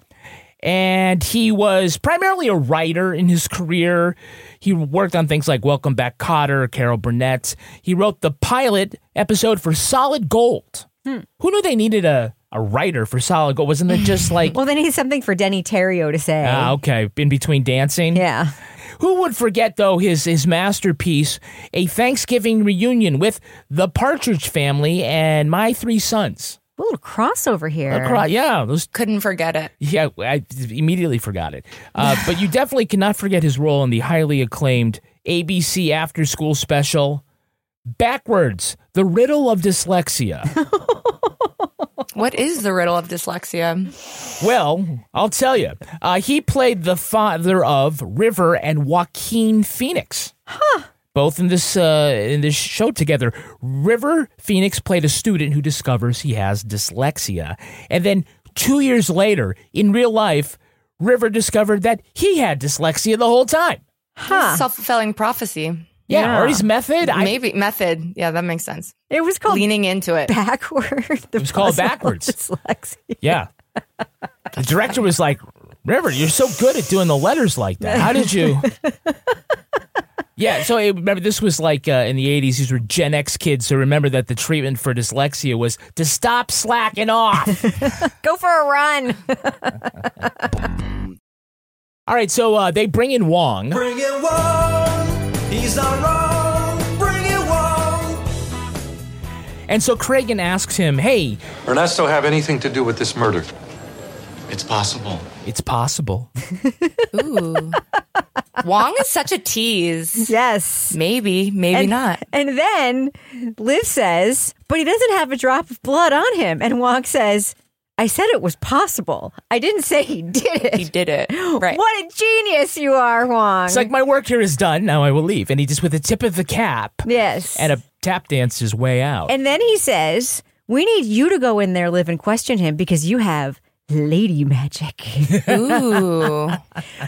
[SPEAKER 3] And he was primarily a writer in his career. He worked on things like Welcome Back Cotter, Carol Burnett. He wrote the pilot episode for Solid Gold.
[SPEAKER 4] Hmm.
[SPEAKER 3] Who knew they needed a, a writer for Solid Gold? Wasn't it just like,
[SPEAKER 4] Well, they need something for Denny Terrio to say.
[SPEAKER 3] ah, okay, in between dancing?
[SPEAKER 4] Yeah.
[SPEAKER 3] Who would forget, though, his, his masterpiece, a Thanksgiving reunion with the Partridge family and my three sons?
[SPEAKER 4] A little crossover here.
[SPEAKER 3] Acro- yeah, those
[SPEAKER 8] couldn't forget it.
[SPEAKER 3] Yeah, I immediately forgot it. Uh, but you definitely cannot forget his role in the highly acclaimed ABC After School special, Backwards: The Riddle of Dyslexia.
[SPEAKER 8] What is the riddle of dyslexia?
[SPEAKER 3] well, I'll tell you, uh, he played the father of River and Joaquin Phoenix. Huh. Both in this uh, in this show together, River Phoenix played a student who discovers he has dyslexia, and then two years later, in real life, River discovered that he had dyslexia the whole time.
[SPEAKER 8] Huh. Self fulfilling prophecy.
[SPEAKER 3] Yeah, or his method. I-
[SPEAKER 8] Maybe method. Yeah, that makes sense.
[SPEAKER 4] It was called
[SPEAKER 8] leaning into it.
[SPEAKER 4] Backward. It
[SPEAKER 3] was called backwards. Yeah. The director was like, River, you're so good at doing the letters like that. How did you? Yeah, so it, remember, this was like uh, in the 80s. These were Gen X kids. So remember that the treatment for dyslexia was to stop slacking off.
[SPEAKER 4] Go for a run.
[SPEAKER 3] All right, so uh, they bring in Wong.
[SPEAKER 5] Bring it Wong. He's not wrong. Bring it Wong.
[SPEAKER 3] And so Kragan asks him, Hey,
[SPEAKER 11] Ernesto have anything to do with this murder?
[SPEAKER 6] It's possible.
[SPEAKER 3] it's possible.
[SPEAKER 8] Ooh. Wong is such a tease.
[SPEAKER 4] Yes.
[SPEAKER 8] Maybe, maybe
[SPEAKER 4] and,
[SPEAKER 8] not.
[SPEAKER 4] And then Liv says, but he doesn't have a drop of blood on him. And Wong says, I said it was possible. I didn't say he did it.
[SPEAKER 8] He did it. Right.
[SPEAKER 4] What a genius you are, Wong.
[SPEAKER 3] It's like, My work here is done. Now I will leave. And he just, with a tip of the cap
[SPEAKER 4] yes.
[SPEAKER 3] and a tap dance, his way out.
[SPEAKER 4] And then he says, We need you to go in there, live, and question him because you have lady magic.
[SPEAKER 8] Ooh.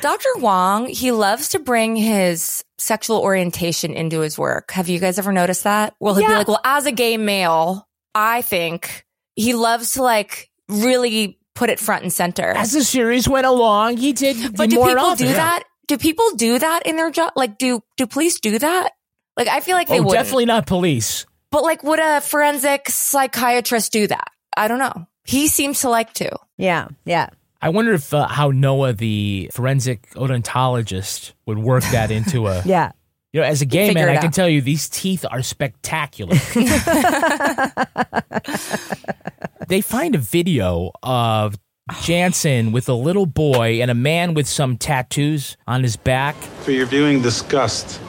[SPEAKER 8] Dr. Wong, he loves to bring his sexual orientation into his work. Have you guys ever noticed that? Well, he'll be
[SPEAKER 4] Yeah.
[SPEAKER 8] like, well, as a gay male, I think he loves to like really put it front and center.
[SPEAKER 3] As the series went along, he did
[SPEAKER 8] but do
[SPEAKER 3] more
[SPEAKER 8] people
[SPEAKER 3] and often.
[SPEAKER 8] do that? Do people do that in their job? Like, do, do police do that? Like, I feel like they
[SPEAKER 3] oh,
[SPEAKER 8] would.
[SPEAKER 3] definitely not police.
[SPEAKER 8] But like, would a forensic psychiatrist do that? I don't know. He seems to like to.
[SPEAKER 4] yeah, yeah.
[SPEAKER 3] I wonder if uh, how Noah, the forensic odontologist, would work that into a.
[SPEAKER 4] Yeah.
[SPEAKER 3] You know, as a gay
[SPEAKER 8] Figure
[SPEAKER 3] man,
[SPEAKER 8] it
[SPEAKER 3] I can
[SPEAKER 8] out.
[SPEAKER 3] tell you these teeth are spectacular. they find a video of Jansen with a little boy and a man with some tattoos on his back.
[SPEAKER 15] So you're viewing disgust.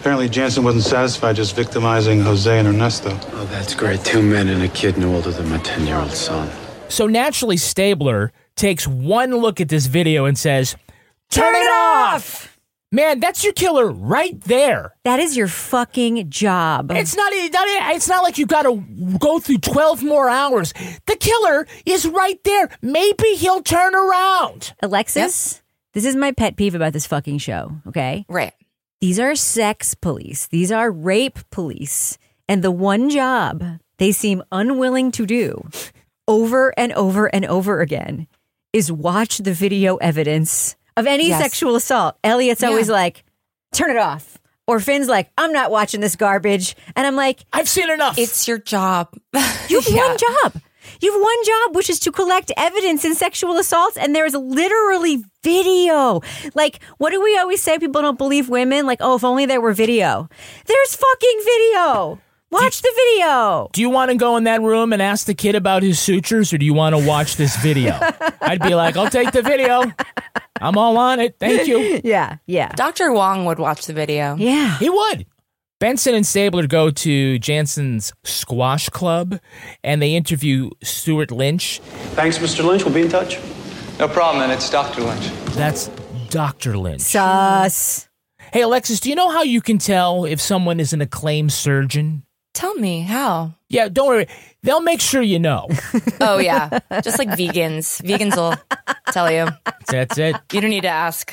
[SPEAKER 15] Apparently, Jansen wasn't satisfied just victimizing Jose and Ernesto.
[SPEAKER 16] Oh, that's great. Two men and a kid no older than my 10 year old son.
[SPEAKER 3] So naturally, Stabler takes one look at this video and says, Turn, it off! Man, that's your killer right there.
[SPEAKER 4] That is your fucking job.
[SPEAKER 3] It's not, not- It's not like you got to go through twelve more hours. The killer is right there. Maybe he'll turn around.
[SPEAKER 4] Alexis, this is my pet peeve about this fucking show, okay?
[SPEAKER 8] Right.
[SPEAKER 4] These are sex police, these are rape police. And the one job they seem unwilling to do over and over and over again is watch the video evidence of any
[SPEAKER 17] Yes.
[SPEAKER 4] sexual assault. Elliot's always like, turn it off. Or Finn's like, I'm not watching this garbage. And I'm like,
[SPEAKER 3] I've seen enough.
[SPEAKER 4] It's your job. You've one job. You've one job, which is to collect evidence in sexual assaults, and there is literally video. Like, what do we always say? People don't believe women. Like, oh, if only there were video. There's fucking video. Watch the video.
[SPEAKER 3] Do you want to go in that room and ask the kid about his sutures, or do you want to watch this video? I'd be like, I'll take the video. I'm all on it. Thank you.
[SPEAKER 4] Yeah, yeah.
[SPEAKER 8] Dr. Wong would watch the video.
[SPEAKER 4] Yeah.
[SPEAKER 3] He would. Benson and Stabler go to Jansen's squash club and they interview Stuart Lynch.
[SPEAKER 7] Thanks, Mr. Lynch. We'll be in touch. No problem, and it's Dr. Lynch.
[SPEAKER 3] That's Dr. Lynch.
[SPEAKER 4] Sus.
[SPEAKER 3] Hey, Alexis, do you know how you can tell if someone is an acclaimed surgeon?
[SPEAKER 8] Tell me how.
[SPEAKER 3] Yeah, don't worry. They'll make sure you know.
[SPEAKER 8] Oh, yeah. Just like vegans. Vegans will tell you.
[SPEAKER 3] That's it.
[SPEAKER 8] You don't need to ask.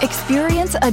[SPEAKER 18] Experience a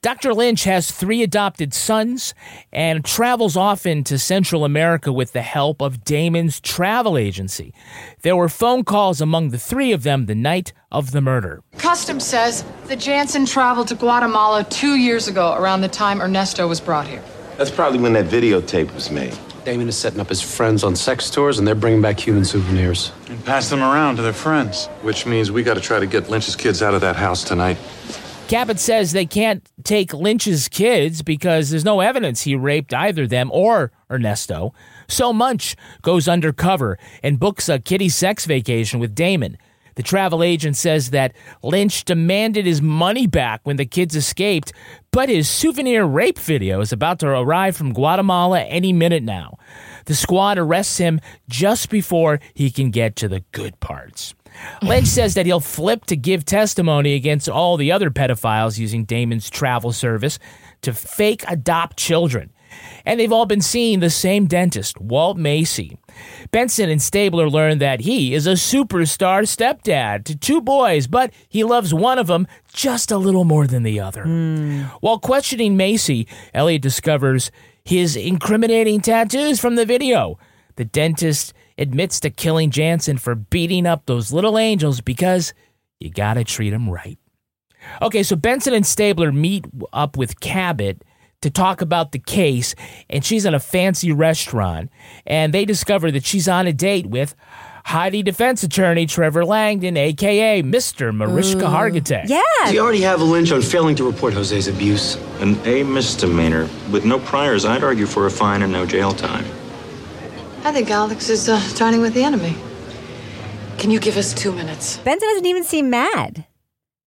[SPEAKER 3] Dr. Lynch has three adopted sons and travels often to Central America with the help of Damon's travel agency. There were phone calls among the three of them the night of the murder.
[SPEAKER 12] Customs says the Jansen traveled to Guatemala two years ago, around the time Ernesto was brought here.
[SPEAKER 16] That's probably when that videotape was made. Damon is setting up his friends on sex tours, and they're bringing back human souvenirs.
[SPEAKER 15] And pass them around to their friends.
[SPEAKER 11] Which means we got to try to get Lynch's kids out of that house tonight.
[SPEAKER 3] Cabot says they can't take Lynch's kids because there's no evidence he raped either them or Ernesto. So Munch goes undercover and books a kitty sex vacation with Damon. The travel agent says that Lynch demanded his money back when the kids escaped, but his souvenir rape video is about to arrive from Guatemala any minute now. The squad arrests him just before he can get to the good parts. Lynch says that he'll flip to give testimony against all the other pedophiles using Damon's travel service to fake adopt children. And they've all been seeing the same dentist, Walt Macy. Benson and Stabler learn that he is a superstar stepdad to two boys, but he loves one of them just a little more than the other. While questioning Macy, Elliot discovers his incriminating tattoos from the video. The dentist admits to killing Jansen for beating up those little angels because you gotta treat them right. Okay, so Benson and Stabler meet up with Cabot to talk about the case, and she's in a fancy restaurant, and they discover that she's on a date with Heidi defense attorney Trevor Langdon, aka Mr. Mariska Hargitay.
[SPEAKER 19] We already have a lynch on failing to report Jose's abuse. An A misdemeanor. With no priors, I'd argue for a fine and no jail time.
[SPEAKER 12] I think Alex is uh, dining with the enemy. Can you give us two minutes?
[SPEAKER 4] Benson doesn't even seem mad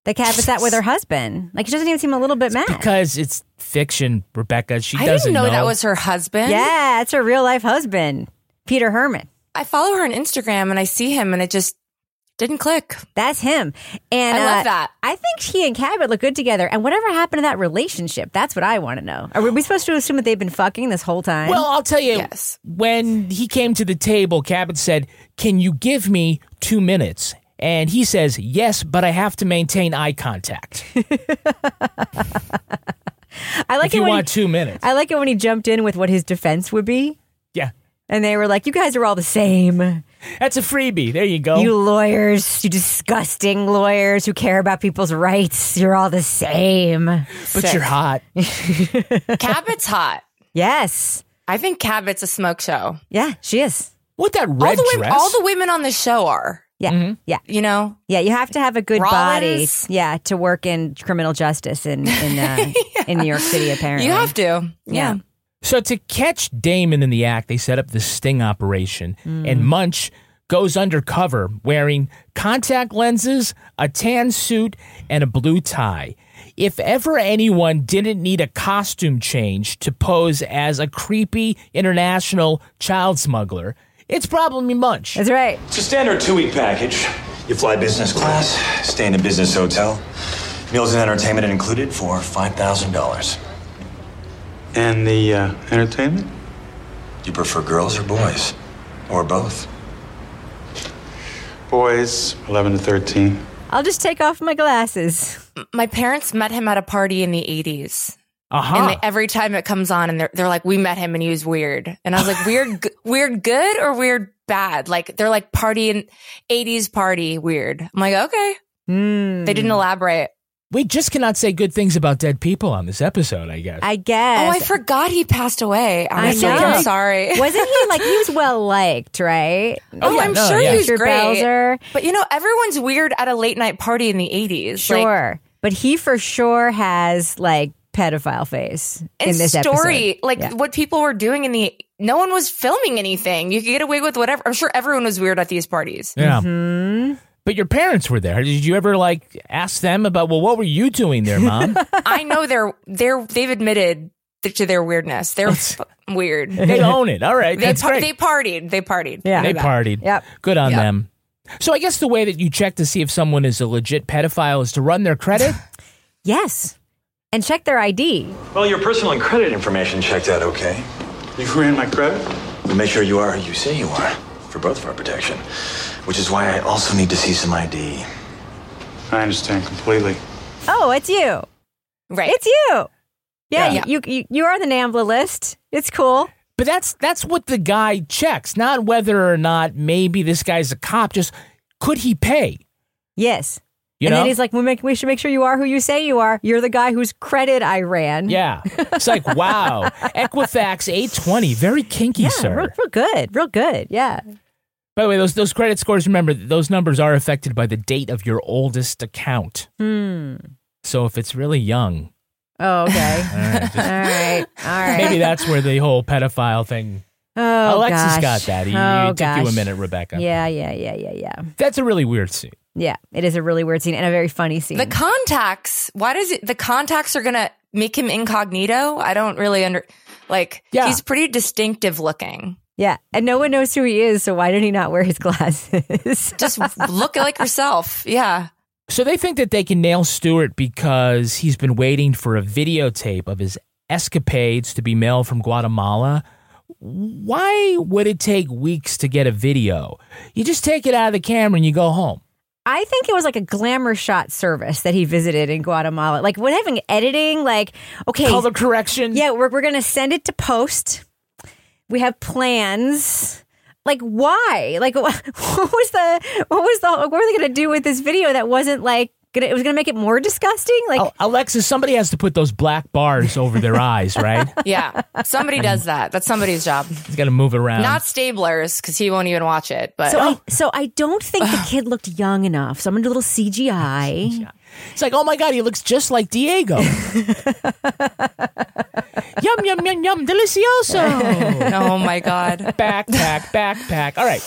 [SPEAKER 4] that Kat was out with her husband. Like, she doesn't even seem a little bit mad.
[SPEAKER 3] Because it's fiction, Rebecca. She
[SPEAKER 8] I
[SPEAKER 3] doesn't
[SPEAKER 8] didn't know, that was her husband.
[SPEAKER 4] Yeah, it's her real life husband, Peter Herman.
[SPEAKER 8] I follow her on Instagram and I see him and it just didn't click.
[SPEAKER 4] That's him. And
[SPEAKER 8] I love
[SPEAKER 4] uh,
[SPEAKER 8] that.
[SPEAKER 4] I think he and Cabot look good together. And whatever happened to that relationship? That's what I want to know. Are we supposed to assume that they've been fucking this whole time?
[SPEAKER 3] Well, I'll tell you, when he came to the table, Cabot said, Can you give me two minutes? And he says, Yes, but I have to maintain eye contact.
[SPEAKER 4] I like
[SPEAKER 3] if
[SPEAKER 4] it
[SPEAKER 3] you
[SPEAKER 4] when
[SPEAKER 3] want
[SPEAKER 4] he,
[SPEAKER 3] two minutes.
[SPEAKER 4] I like it when he jumped in with what his defense would be.
[SPEAKER 3] Yeah.
[SPEAKER 4] And they were like, "You guys are all the same.
[SPEAKER 3] That's a freebie. There you go.
[SPEAKER 4] You lawyers, you disgusting lawyers who care about people's rights. You're all the same. But
[SPEAKER 8] Sick. you're
[SPEAKER 3] hot.
[SPEAKER 8] Cabot's hot.
[SPEAKER 4] Yes.
[SPEAKER 8] I think Cabot's a smoke show.
[SPEAKER 4] yeah, she is.
[SPEAKER 3] What that red
[SPEAKER 8] all the women, all the women on the show are.
[SPEAKER 4] Yeah.
[SPEAKER 3] Mm-hmm.
[SPEAKER 4] Yeah.
[SPEAKER 8] You know?
[SPEAKER 4] Yeah, you have to have a good
[SPEAKER 8] Rollins.
[SPEAKER 4] body. Yeah, to work in criminal justice in in, uh, in New York City apparently.
[SPEAKER 8] You have to. Yeah.
[SPEAKER 3] So to catch Damon in the act, they set up the sting operation, and Munch goes undercover wearing contact lenses, a tan suit, and a blue tie. If ever anyone didn't need a costume change to pose as a creepy international child smuggler, it's probably Munch.
[SPEAKER 4] That's right.
[SPEAKER 19] It's a standard two week package. You fly business class, stay in a business hotel, meals and entertainment included for $5,000.
[SPEAKER 15] And the uh, entertainment?
[SPEAKER 19] You prefer girls or boys? Or both?
[SPEAKER 15] Boys, 11 to 13.
[SPEAKER 4] I'll just take off my glasses.
[SPEAKER 8] My parents met him at a party in the 80s.
[SPEAKER 3] Uh-huh.
[SPEAKER 4] Ah.
[SPEAKER 8] And they, every time it comes on and they're, they're like, we met him and he was weird. And I was like, weird, g- weird good or weird bad? Like they're like party in 80s party weird. I'm like, okay.
[SPEAKER 4] Hmm.
[SPEAKER 8] They didn't elaborate.
[SPEAKER 3] We just cannot say good things about dead people on this episode, I guess.
[SPEAKER 4] I guess.
[SPEAKER 8] Oh, I forgot he passed away. Honestly,
[SPEAKER 4] know.
[SPEAKER 8] I'm sorry.
[SPEAKER 4] Wasn't he like he was well liked, right?
[SPEAKER 8] Oh, I'm sure he was
[SPEAKER 4] Mr.
[SPEAKER 8] great.
[SPEAKER 4] Bowser.
[SPEAKER 8] But you know, everyone's weird at a late night party in the 80s. Like,
[SPEAKER 4] Sure. but he for sure has like pedophile face
[SPEAKER 8] and
[SPEAKER 4] in this
[SPEAKER 8] story,
[SPEAKER 4] episode.
[SPEAKER 8] like
[SPEAKER 4] Yeah.
[SPEAKER 8] what people were doing in the, no one was filming anything. You could get away with whatever. I'm sure everyone was weird at these parties.
[SPEAKER 3] Yeah. But your parents were there. Did you ever like ask them about, well, what were you doing there, mom?
[SPEAKER 8] I know they're they're they've admitted th- to their weirdness. They're f- weird.
[SPEAKER 3] they own it. All right.
[SPEAKER 8] They
[SPEAKER 3] that's
[SPEAKER 8] par-
[SPEAKER 3] great.
[SPEAKER 8] they partied. They partied.
[SPEAKER 3] They partied. Good on them. So I guess the way that you check to see if someone is a legit pedophile is to run their credit.
[SPEAKER 4] yes. And check their ID.
[SPEAKER 19] Well, your personal and credit information checked out okay.
[SPEAKER 15] You ran my credit?
[SPEAKER 19] We make sure you are who you say you are, for both of our protection. Which is why I also need to see some ID.
[SPEAKER 15] I understand completely.
[SPEAKER 4] Oh, it's you.
[SPEAKER 8] Right.
[SPEAKER 4] It's you. Yeah,
[SPEAKER 3] Yeah.
[SPEAKER 4] You, you you are on the NAMBLA list. It's cool.
[SPEAKER 3] But that's that's what the guy checks, not whether or not maybe this guy's a cop. Just could he pay?
[SPEAKER 4] Yes.
[SPEAKER 3] You
[SPEAKER 4] and
[SPEAKER 3] know?
[SPEAKER 4] then he's like, we, make, we should make sure you are who you say you are. You're the guy whose credit I ran.
[SPEAKER 3] yeah. It's like wow, Equifax eight twenty, very kinky, sir.
[SPEAKER 4] Real, real good. Real good. Yeah.
[SPEAKER 3] By the way, those those credit scores. Remember, those numbers are affected by the date of your oldest account.
[SPEAKER 4] Hmm.
[SPEAKER 3] So if it's really young,
[SPEAKER 4] Oh, okay.
[SPEAKER 3] all right, just-
[SPEAKER 4] All right. All right.
[SPEAKER 3] maybe that's where the whole pedophile thing.
[SPEAKER 4] Oh,
[SPEAKER 3] Alexis
[SPEAKER 4] gosh.
[SPEAKER 3] got that. You-
[SPEAKER 4] oh,
[SPEAKER 3] you- it took you a
[SPEAKER 4] gosh.
[SPEAKER 3] minute, Rebecca.
[SPEAKER 4] Yeah, yeah, yeah, yeah, yeah.
[SPEAKER 3] That's a really weird scene.
[SPEAKER 4] Yeah, it is a really weird scene and a very funny scene.
[SPEAKER 8] The contacts. Why does it? The contacts are gonna make him incognito. I don't really under like.
[SPEAKER 4] Yeah.
[SPEAKER 8] He's pretty distinctive looking.
[SPEAKER 4] yeah, and no one knows who he is, so why did he not wear his glasses?
[SPEAKER 8] Just look like yourself. Yeah.
[SPEAKER 3] So they think that they can nail Stewart because he's been waiting for a videotape of his escapades to be mailed from Guatemala. Why would it take weeks to get a video? You just take it out of the camera and you go home.
[SPEAKER 4] I think it was like a glamour shot service that he visited in Guatemala. Like, what having editing? Like, okay,
[SPEAKER 3] Color correction.
[SPEAKER 4] Yeah, we're we're gonna send it to post. We have plans. Like, why? Like, what, what was the what was the what were they gonna do with this video that wasn't like gonna, it was gonna make it more disgusting? Like,
[SPEAKER 8] Oh,
[SPEAKER 3] Al- Alexis, somebody has to put those black bars over their eyes, right?
[SPEAKER 8] Yeah. Somebody does that. That's somebody's job.
[SPEAKER 3] He's got to move around.
[SPEAKER 8] Not Stablers because he won't even watch it. But oh,
[SPEAKER 4] so I, so I don't think the kid looked young enough. So I'm gonna do a little CGI.
[SPEAKER 3] it's like, oh my God, he looks just like Diego. yum, yum, yum, yum, delicioso.
[SPEAKER 8] oh my god.
[SPEAKER 3] backpack, backpack. All right.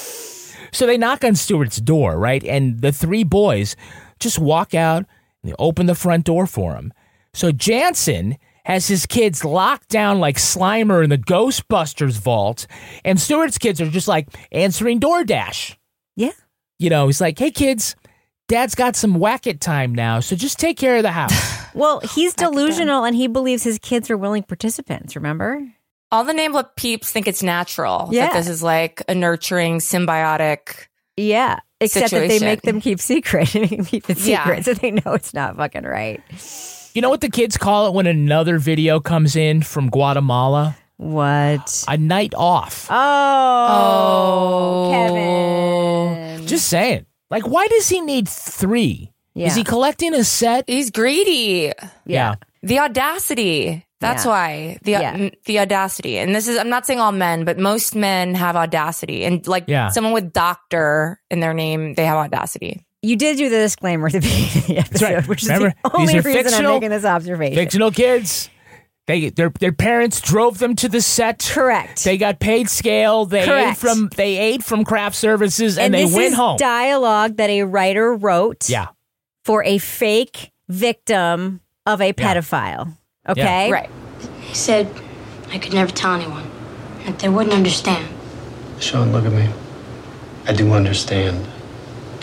[SPEAKER 3] So they knock on Stewart's door, right? And the three boys just walk out and they open the front door for him. So Jansen has his kids locked down like Slimer in the Ghostbusters vault, and Stewart's kids are just like answering DoorDash.
[SPEAKER 4] Yeah.
[SPEAKER 3] You know, he's like, hey, kids, dad's got some whack it time now, so just take care of the house.
[SPEAKER 4] Well, he's delusional and he believes his kids are willing participants. Remember?
[SPEAKER 8] all the Nambla peeps think it's natural
[SPEAKER 4] Yeah.
[SPEAKER 8] that this is like a nurturing, symbiotic.
[SPEAKER 4] Yeah. Except that they make
[SPEAKER 8] Situation.
[SPEAKER 4] them keep secret and keep it secret,
[SPEAKER 8] Yeah.
[SPEAKER 4] so they know it's not fucking right.
[SPEAKER 3] you know what the kids call it when another video comes in from Guatemala?
[SPEAKER 4] What?
[SPEAKER 3] A night off.
[SPEAKER 4] Oh, Kevin.
[SPEAKER 3] Just saying. Like, why does he need three? Is he collecting a set?
[SPEAKER 8] He's greedy.
[SPEAKER 3] Yeah.
[SPEAKER 8] The audacity. That's
[SPEAKER 3] Yeah.
[SPEAKER 8] why the
[SPEAKER 3] Yeah.
[SPEAKER 8] m- the audacity. And this is I'm not saying all men, but most men have audacity. And like
[SPEAKER 4] Yeah.
[SPEAKER 8] someone with doctor in their name, they have audacity.
[SPEAKER 4] You did do the disclaimer at the beginning of the episode, which is
[SPEAKER 3] Remember,
[SPEAKER 4] the
[SPEAKER 3] these
[SPEAKER 4] only
[SPEAKER 3] are
[SPEAKER 4] reason
[SPEAKER 3] fictional-
[SPEAKER 4] I'm making this observation.
[SPEAKER 3] Fictional kids. They their their parents drove them to the set.
[SPEAKER 4] Correct.
[SPEAKER 3] They got paid scale. They ate
[SPEAKER 4] Correct.
[SPEAKER 3] from they ate from craft services and, they
[SPEAKER 4] this
[SPEAKER 3] went
[SPEAKER 4] is
[SPEAKER 3] home.
[SPEAKER 4] dialogue that a writer wrote
[SPEAKER 3] yeah.
[SPEAKER 4] for a fake victim of a pedophile. Okay?
[SPEAKER 13] Right. He said I could never tell anyone, that they wouldn't understand.
[SPEAKER 7] Sean, look at me. I do understand.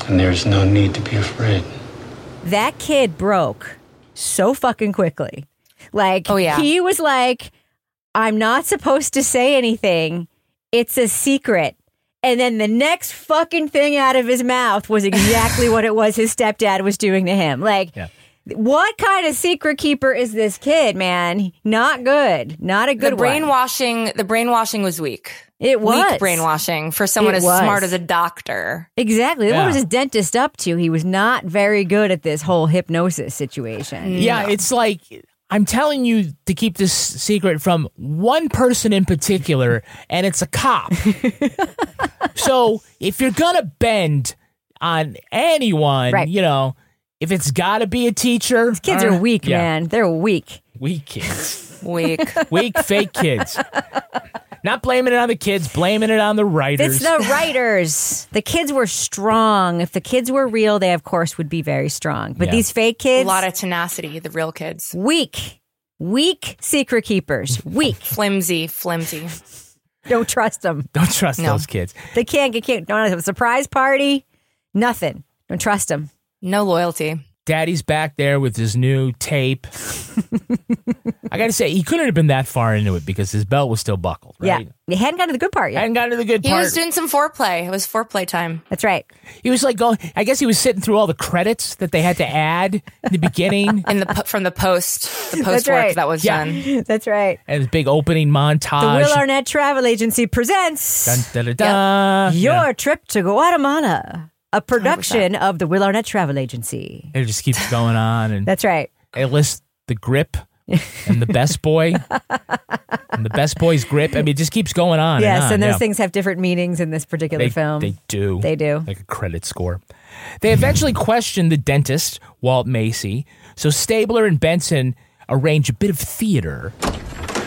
[SPEAKER 7] And there's no need to be afraid.
[SPEAKER 4] That kid broke so fucking quickly. Like, oh,
[SPEAKER 8] yeah.
[SPEAKER 4] he was like, I'm not supposed to say anything. It's a secret. And then the next fucking thing out of his mouth was exactly what it was his stepdad was doing to him. Like, what kind of secret keeper is this kid, man? Not good. Not a good
[SPEAKER 8] the
[SPEAKER 4] one.
[SPEAKER 8] brainwashing the brainwashing was weak.
[SPEAKER 4] It was.
[SPEAKER 8] weak brainwashing for someone
[SPEAKER 4] It
[SPEAKER 8] as
[SPEAKER 4] was.
[SPEAKER 8] smart as a doctor.
[SPEAKER 4] Exactly. What
[SPEAKER 8] Yeah.
[SPEAKER 4] was his dentist up to? He was not very good at this whole hypnosis situation.
[SPEAKER 8] Mm.
[SPEAKER 3] Yeah, it's like I'm telling you to keep this secret from one person in particular, and it's a cop. so if you're gonna bend on anyone,
[SPEAKER 4] Right.
[SPEAKER 3] you know, if it's gotta be a teacher,
[SPEAKER 4] kids
[SPEAKER 3] all
[SPEAKER 4] are
[SPEAKER 8] Uh,
[SPEAKER 3] right-
[SPEAKER 4] weak,
[SPEAKER 3] Yeah.
[SPEAKER 4] man. They're weak.
[SPEAKER 3] Weak kids.
[SPEAKER 8] Weak.
[SPEAKER 3] weak fake kids. Not blaming it on the kids, blaming it on the writers.
[SPEAKER 4] It's the writers. the kids were strong. If the kids were real, they of course would be very strong. But
[SPEAKER 8] Yeah.
[SPEAKER 4] these fake kids,
[SPEAKER 8] A lot of tenacity, the real kids.
[SPEAKER 4] weak, weak secret keepers. Weak,
[SPEAKER 8] flimsy, flimsy.
[SPEAKER 4] Don't trust them.
[SPEAKER 3] Don't trust
[SPEAKER 4] No.
[SPEAKER 3] those kids.
[SPEAKER 4] They can't get can't, don't have a surprise party. Nothing. Don't trust them.
[SPEAKER 8] No loyalty.
[SPEAKER 3] Daddy's back there with his new tape. I got to say, he couldn't have been that far into it because his belt was still buckled, right?
[SPEAKER 4] Yeah, you hadn't gotten to the good part yet.
[SPEAKER 3] Hadn't gotten to the good
[SPEAKER 8] He
[SPEAKER 3] part.
[SPEAKER 8] was doing some foreplay. It was foreplay time.
[SPEAKER 4] That's right.
[SPEAKER 3] He was like going. I guess he was sitting through all the credits that they had to add in the beginning,
[SPEAKER 8] in the from the post, the
[SPEAKER 4] That's
[SPEAKER 8] post work
[SPEAKER 4] right.
[SPEAKER 8] that was
[SPEAKER 3] Yeah.
[SPEAKER 8] done.
[SPEAKER 4] That's right.
[SPEAKER 3] and his big opening montage.
[SPEAKER 4] The Will Arnett Travel Agency presents
[SPEAKER 3] Dun, dun, dun, dun.
[SPEAKER 4] Your
[SPEAKER 3] Yeah.
[SPEAKER 4] Trip to Guatemala, a production of the Will Arnett Travel Agency.
[SPEAKER 3] It just keeps going on, and
[SPEAKER 4] That's right.
[SPEAKER 3] it lists the grip and the best boy and the best boy's grip. I mean, it just keeps going on.
[SPEAKER 4] yes,
[SPEAKER 3] and, on,
[SPEAKER 4] and those
[SPEAKER 3] yeah.
[SPEAKER 4] things have different meanings in this particular
[SPEAKER 3] they,
[SPEAKER 4] film.
[SPEAKER 3] They do.
[SPEAKER 4] They do.
[SPEAKER 3] Like a credit score. They eventually question the dentist, Walt Macy. So Stabler and Benson arrange a bit of theater.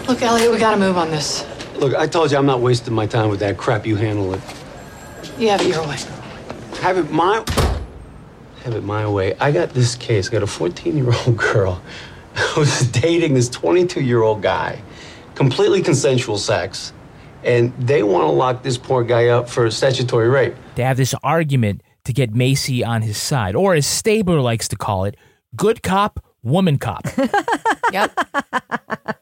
[SPEAKER 12] Look, Elliot, we gotta move on this.
[SPEAKER 16] Look, I told you I'm not wasting my time with that crap. You handle it.
[SPEAKER 12] You have it your way.
[SPEAKER 16] Have it my have it my way. I got this case. I got a 14-year-old girl who's dating this 22-year-old guy. Completely consensual sex. And they want to lock this poor guy up for statutory rape.
[SPEAKER 3] They have this argument to get Macy on his side, or as Stabler likes to call it, good cop, woman cop.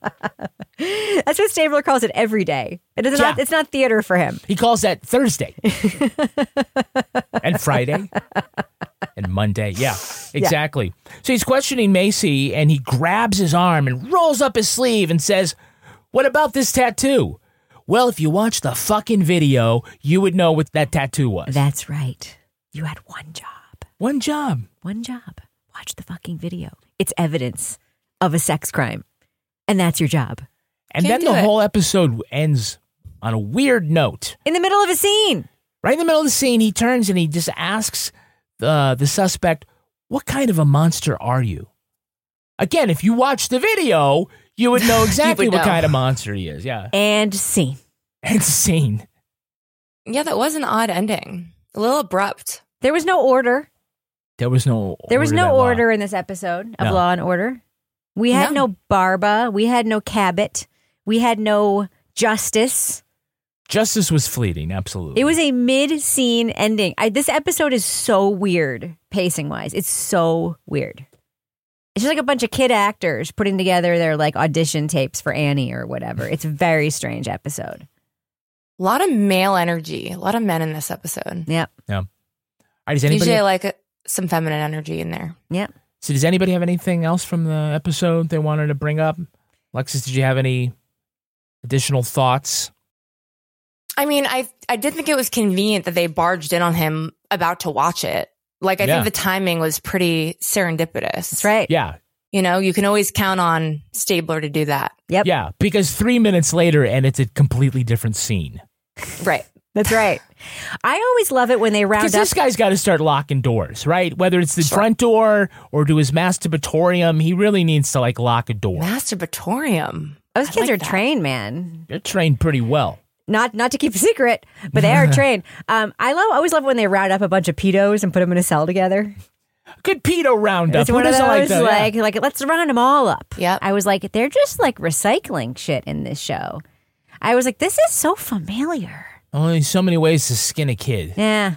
[SPEAKER 4] That's what Stabler calls it every day. It is not.
[SPEAKER 3] Yeah.
[SPEAKER 4] It's not theater for him.
[SPEAKER 3] He calls that Thursday and Friday and Monday. Yeah, exactly. So he's questioning Macy and he grabs his arm and rolls up his sleeve and says, What about this tattoo? Well, if you watch the fucking video, you would know what that tattoo was.
[SPEAKER 4] That's right. You had one job.
[SPEAKER 3] One job.
[SPEAKER 4] One job. Watch the fucking video. It's evidence of a sex crime, and that's your job.
[SPEAKER 3] And then the whole episode ends on a weird note.
[SPEAKER 4] in the middle of a scene.
[SPEAKER 3] Right in the middle of the scene, he turns and he just asks uh, the, the suspect, What kind of a monster are you? Again, if you watch the video, you would know
[SPEAKER 4] You
[SPEAKER 3] exactly
[SPEAKER 4] would
[SPEAKER 3] what
[SPEAKER 4] know.
[SPEAKER 3] kind of monster he is. Yeah.
[SPEAKER 4] And scene.
[SPEAKER 3] And scene.
[SPEAKER 8] Yeah, that was an odd ending. A little abrupt.
[SPEAKER 4] There was no order.
[SPEAKER 3] There was no
[SPEAKER 4] There was
[SPEAKER 3] order
[SPEAKER 4] no
[SPEAKER 3] that long.
[SPEAKER 4] order in this episode of
[SPEAKER 3] No.
[SPEAKER 4] Law and Order. We had no. Barba. We had no Cabot. We had no Justice.
[SPEAKER 3] Justice was fleeting, absolutely.
[SPEAKER 4] It was a mid scene ending. I, this episode is so weird, pacing wise. It's so weird. It's just like a bunch of kid actors putting together their like audition tapes for Annie or whatever. It's a very strange episode.
[SPEAKER 8] A lot of male energy. A lot of men in this episode.
[SPEAKER 4] Yep.
[SPEAKER 3] Yeah. All right, does anybody
[SPEAKER 8] Usually, I like uh, some feminine energy in there.
[SPEAKER 4] Yep.
[SPEAKER 3] so does anybody have anything else from the episode they wanted to bring up? Alexis, did you have any additional thoughts?
[SPEAKER 8] I mean, I I did think it was convenient that they barged in on him about to watch it. Like I
[SPEAKER 3] Yeah.
[SPEAKER 8] think the timing was pretty serendipitous. That's
[SPEAKER 4] right.
[SPEAKER 3] Yeah.
[SPEAKER 8] You know, you can always count on Stabler to do that.
[SPEAKER 4] Yep.
[SPEAKER 3] Yeah, because three minutes later, and it's a completely different scene.
[SPEAKER 8] Right.
[SPEAKER 4] That's right. I always love it when they round
[SPEAKER 3] Because
[SPEAKER 4] up.
[SPEAKER 3] this guy's got to start locking doors, right? Whether it's the front door or do his masturbatorium, he really needs to like lock a door.
[SPEAKER 8] Masturbatorium.
[SPEAKER 4] Those kids are trained, man.
[SPEAKER 3] They're trained pretty well.
[SPEAKER 4] Not not to keep a secret, but they are trained. Um, I love. I always love when they round up a bunch of pedos and put them in a cell together.
[SPEAKER 3] Good pedo roundup.
[SPEAKER 4] It's one
[SPEAKER 3] Who
[SPEAKER 4] of
[SPEAKER 3] doesn't
[SPEAKER 4] those
[SPEAKER 3] that? Yeah.
[SPEAKER 4] like, like let's round them all up.
[SPEAKER 8] Yeah.
[SPEAKER 4] I was like, they're just like recycling shit in this show. I was like, this is so familiar.
[SPEAKER 3] Only so many ways to skin a kid.
[SPEAKER 4] Yeah.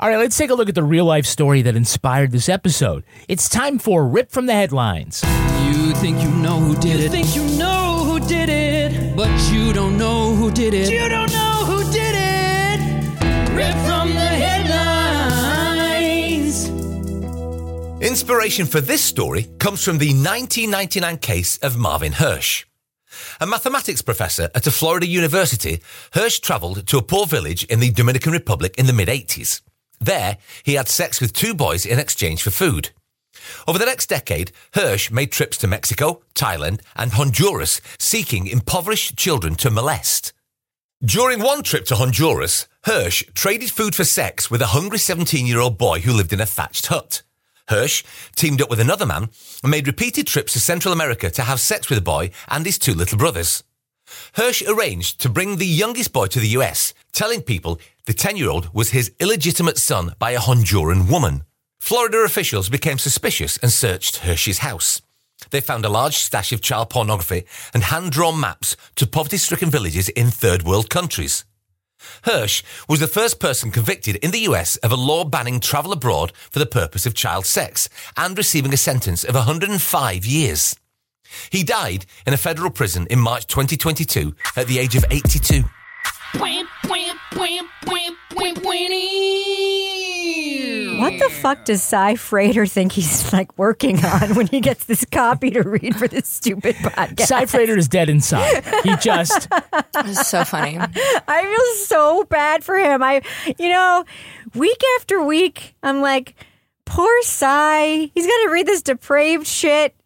[SPEAKER 3] All right, let's take a look at the real life story that inspired this episode. It's time for Rip from the Headlines.
[SPEAKER 5] You think you know who did it. think you know who did it. But you don't know who did it. You don't know who did it. Rip from the headlines.
[SPEAKER 20] Inspiration for this story comes from the 1999 case of Marvin Hirsch. A mathematics professor at a Florida university, Hirsch travelled to a poor village in the Dominican Republic in the mid 80s. There, he had sex with two boys in exchange for food. Over the next decade, Hirsch made trips to Mexico, Thailand, and Honduras seeking impoverished children to molest. During one trip to Honduras, Hirsch traded food for sex with a hungry 17 year old boy who lived in a thatched hut. Hirsch teamed up with another man and made repeated trips to Central America to have sex with a boy and his two little brothers. Hirsch arranged to bring the youngest boy to the US, telling people the 10 year old was his illegitimate son by a Honduran woman. Florida officials became suspicious and searched Hirsch's house. They found a large stash of child pornography and hand drawn maps to poverty stricken villages in third world countries. Hirsch was the first person convicted in the US of a law banning travel abroad for the purpose of child sex and receiving a sentence of 105 years. He died in a federal prison in March 2022 at the age of 82.
[SPEAKER 5] Bwam, bwam, bwam, bwam, bwam, bwam.
[SPEAKER 4] What the fuck does Cy Frater think he's like working on when he gets this copy to read for this stupid podcast?
[SPEAKER 3] Cy Frater is dead inside. He just
[SPEAKER 8] so funny.
[SPEAKER 4] I feel so bad for him. I, you know, week after week, I'm like, poor Cy. He's got to read this depraved shit.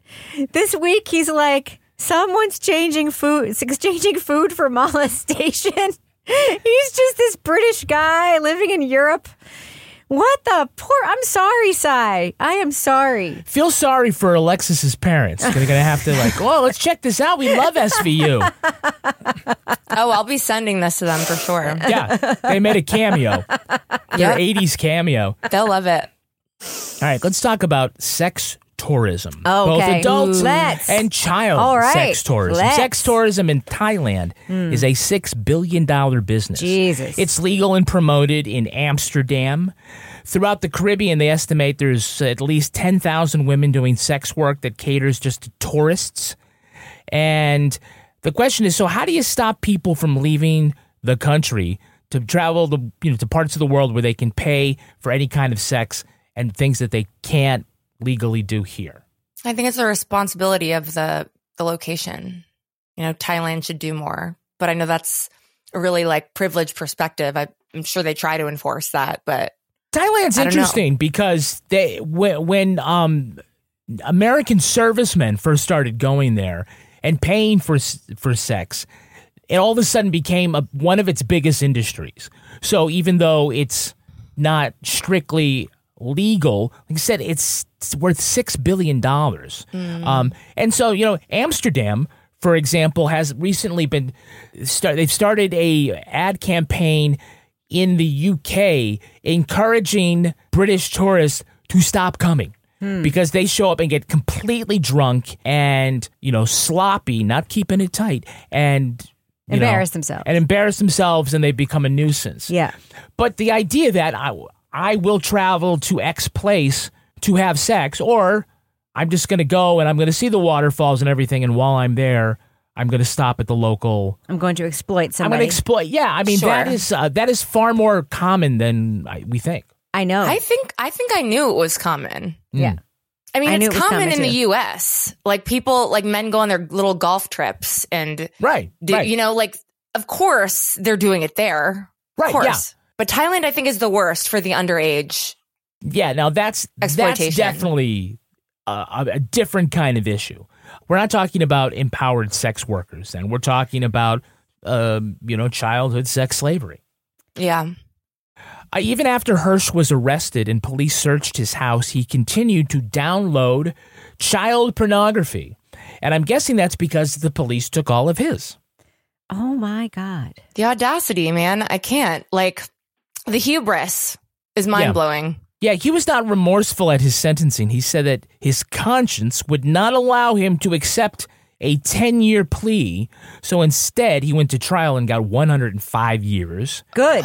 [SPEAKER 4] This week, he's like, someone's changing food, it's exchanging food for molestation. he's just this British guy living in Europe. What the poor? I'm sorry, Cy. I am sorry.
[SPEAKER 3] feel sorry for Alexis's parents. They're gonna have to like, oh, let's check this out. We love SVU.
[SPEAKER 8] Oh, I'll be sending this to them for sure.
[SPEAKER 3] Yeah, they made a cameo. Their
[SPEAKER 8] Yep.
[SPEAKER 3] '80s cameo.
[SPEAKER 8] They'll love it.
[SPEAKER 3] All right, let's talk about sex tourism.
[SPEAKER 8] Oh, okay.
[SPEAKER 3] Both adults
[SPEAKER 8] Ooh. Let's.
[SPEAKER 3] and child
[SPEAKER 4] All right.
[SPEAKER 3] sex tourism.
[SPEAKER 4] Let's.
[SPEAKER 3] Sex tourism in Thailand
[SPEAKER 4] Hmm.
[SPEAKER 3] is a $6 billion business. Jesus. It's legal and promoted in Amsterdam. Throughout the Caribbean, they estimate there's at least 10,000 women doing sex work that caters just to tourists. And the question is so, how do you stop people from leaving the country to travel to, you know, to parts of the world where they can pay for any kind of sex and things that they can't legally do here?
[SPEAKER 8] I think it's the responsibility of the the location. You know, Thailand should do more, but I know that's a really like privileged perspective. I, I'm sure they try to enforce that, but
[SPEAKER 3] Thailand's
[SPEAKER 8] I don't know.
[SPEAKER 3] interesting because they when, when um American servicemen first started going there and paying for s- for sex, it all of a sudden became a, one of its biggest industries. So even though it's not strictly legal, like I said, it's, it's worth six billion dollars.
[SPEAKER 8] Hmm.
[SPEAKER 3] Um, and so you know, Amsterdam, for example, has recently been start, they've started a ad campaign in the UK encouraging British tourists to stop coming.
[SPEAKER 1] Hmm.
[SPEAKER 3] Because they show up and get completely drunk and, you know, sloppy, not keeping it tight, and you know,
[SPEAKER 4] Embarrass themselves.
[SPEAKER 3] and embarrass themselves and they become a nuisance.
[SPEAKER 4] Yeah.
[SPEAKER 3] But the idea that I, I will travel to X place to have sex, or I'm just going to go and I'm going to see the waterfalls and everything. And while I'm there, I'm going to stop at the local.
[SPEAKER 4] I'm going to exploit
[SPEAKER 3] I'm
[SPEAKER 4] somebody.
[SPEAKER 3] going to exploit. Yeah, I mean that
[SPEAKER 4] Sure.
[SPEAKER 3] is uh, that is far more common than I, we think.
[SPEAKER 4] I know.
[SPEAKER 8] I think I think I knew it was common.
[SPEAKER 3] Yeah.
[SPEAKER 8] I mean,
[SPEAKER 3] Mm. I knew it
[SPEAKER 8] it's
[SPEAKER 3] was
[SPEAKER 8] common,
[SPEAKER 3] common,
[SPEAKER 8] in the
[SPEAKER 3] too.
[SPEAKER 8] U.S. Like people, like men go on their little golf trips and
[SPEAKER 3] right,
[SPEAKER 8] do,
[SPEAKER 3] right.
[SPEAKER 8] you know, like of course they're doing it there,
[SPEAKER 3] Right,
[SPEAKER 8] Of
[SPEAKER 3] yeah.
[SPEAKER 8] course, but Thailand, I think, is the worst for the underage.
[SPEAKER 3] Yeah, now that's that's
[SPEAKER 8] Exploitation.
[SPEAKER 3] definitely a, a- a different kind of issue. We're not talking about empowered sex workers, then we're talking about um, you know childhood sex slavery.
[SPEAKER 8] Yeah,
[SPEAKER 3] Uh, even after Hirsch was arrested and police searched his house, he continued to download child pornography, and I'm guessing that's because the police took all of his.
[SPEAKER 4] Oh my God.
[SPEAKER 8] the audacity, man! I can't. Like the hubris is mind blowing.
[SPEAKER 3] Yeah, he was not remorseful at his sentencing. He said that his conscience would not allow him to accept a 10 year plea. So instead, he went to trial and got 105 years.
[SPEAKER 4] Good.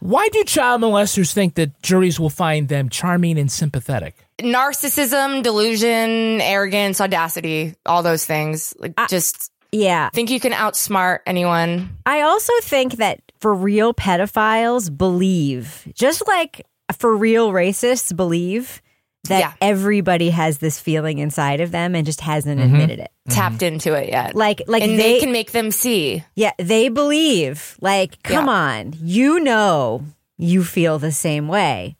[SPEAKER 3] Why do child molesters think that juries will find them charming and sympathetic?
[SPEAKER 8] Narcissism, delusion, arrogance, audacity, all those things. Like just
[SPEAKER 4] yeah.
[SPEAKER 8] Think you can outsmart anyone.
[SPEAKER 4] I also think that for real pedophiles believe, just like for real racists believe, that
[SPEAKER 8] Yeah.
[SPEAKER 4] everybody has this feeling inside of them and just hasn't
[SPEAKER 8] Mhm.
[SPEAKER 4] admitted it.
[SPEAKER 8] Tapped into it yet.
[SPEAKER 4] Like, like
[SPEAKER 8] and they, can make them see.
[SPEAKER 4] Yeah, they believe. Like, come
[SPEAKER 8] Yeah.
[SPEAKER 4] on, you know, you feel the same way.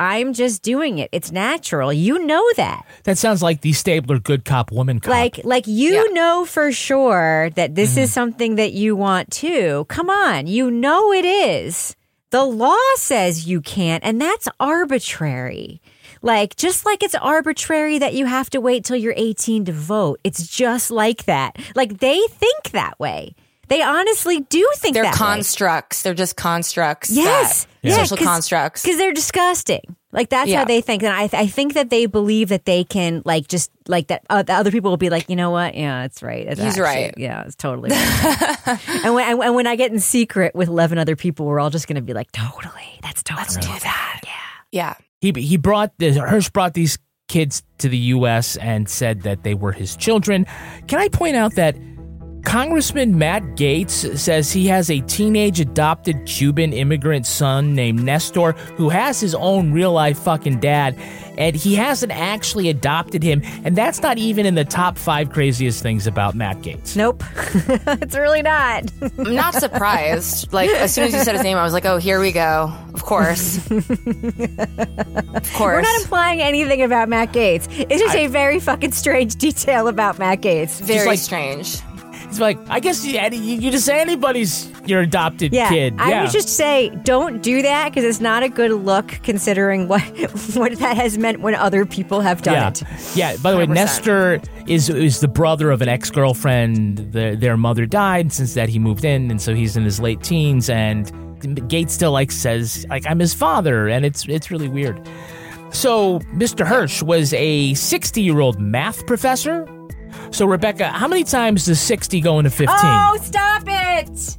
[SPEAKER 4] I'm just doing it. It's natural. You know that.
[SPEAKER 3] That sounds like the Stabler good cop woman cop.
[SPEAKER 4] Like, like you know for sure that this is something that you want too. Come on, you know it is. The law says you can't, and that's arbitrary. Like, just like it's arbitrary that you have to wait till you're 18 to vote. It's just like that. Like, they think that way. They honestly do think
[SPEAKER 8] They're
[SPEAKER 4] that way.
[SPEAKER 8] constructs. They're just constructs.
[SPEAKER 4] Yes.
[SPEAKER 8] that- Social constructs.
[SPEAKER 4] Because they're disgusting. Like that's how
[SPEAKER 8] Yeah.
[SPEAKER 4] they think. And I, I think that they believe that they can like just like that uh, the other people will be like, you know what? Yeah, that's right. It's
[SPEAKER 8] He's
[SPEAKER 4] actually-
[SPEAKER 8] right.
[SPEAKER 4] Yeah, it's totally right. and, when, and, when I get in secret with 11 other people, we're all just going to be like, totally. That's totally. Let's do that.
[SPEAKER 8] Yeah.
[SPEAKER 3] He he brought this Hirsch brought these kids to the U.S. and said that they were his children. Can I point out that Congressman Matt Gates says he has a teenage adopted Cuban immigrant son named Nestor who has his own real life fucking dad, and he hasn't actually adopted him. And that's not even in the top five craziest things about Matt Gates.
[SPEAKER 4] Nope. it's really not.
[SPEAKER 8] I'm not surprised. like as soon as you said his name, I was like, oh, here we go. Of course. of course.
[SPEAKER 4] We're not implying anything about Matt Gates. It's just
[SPEAKER 3] I-
[SPEAKER 4] a very fucking strange detail about Matt Gates.
[SPEAKER 3] Very like-
[SPEAKER 8] strange.
[SPEAKER 3] It's like I guess you, any- you just say anybody's your adopted
[SPEAKER 4] Yeah,
[SPEAKER 3] kid.
[SPEAKER 4] I
[SPEAKER 3] yeah.
[SPEAKER 4] would just say don't do that because it's not a good look considering what what that has meant when other people have done
[SPEAKER 3] yeah.
[SPEAKER 4] it.
[SPEAKER 3] Yeah. By the way,
[SPEAKER 4] 100%.
[SPEAKER 3] Nestor is is the brother of an ex girlfriend. The, their mother died. Since that, he moved in, and so he's in his late teens. And Gates still like says like I'm his father, and it's it's really weird. So Mr. Hirsch was a 60 year old math professor. So Rebecca, how many times does 60 go into 15?
[SPEAKER 4] Oh, stop it!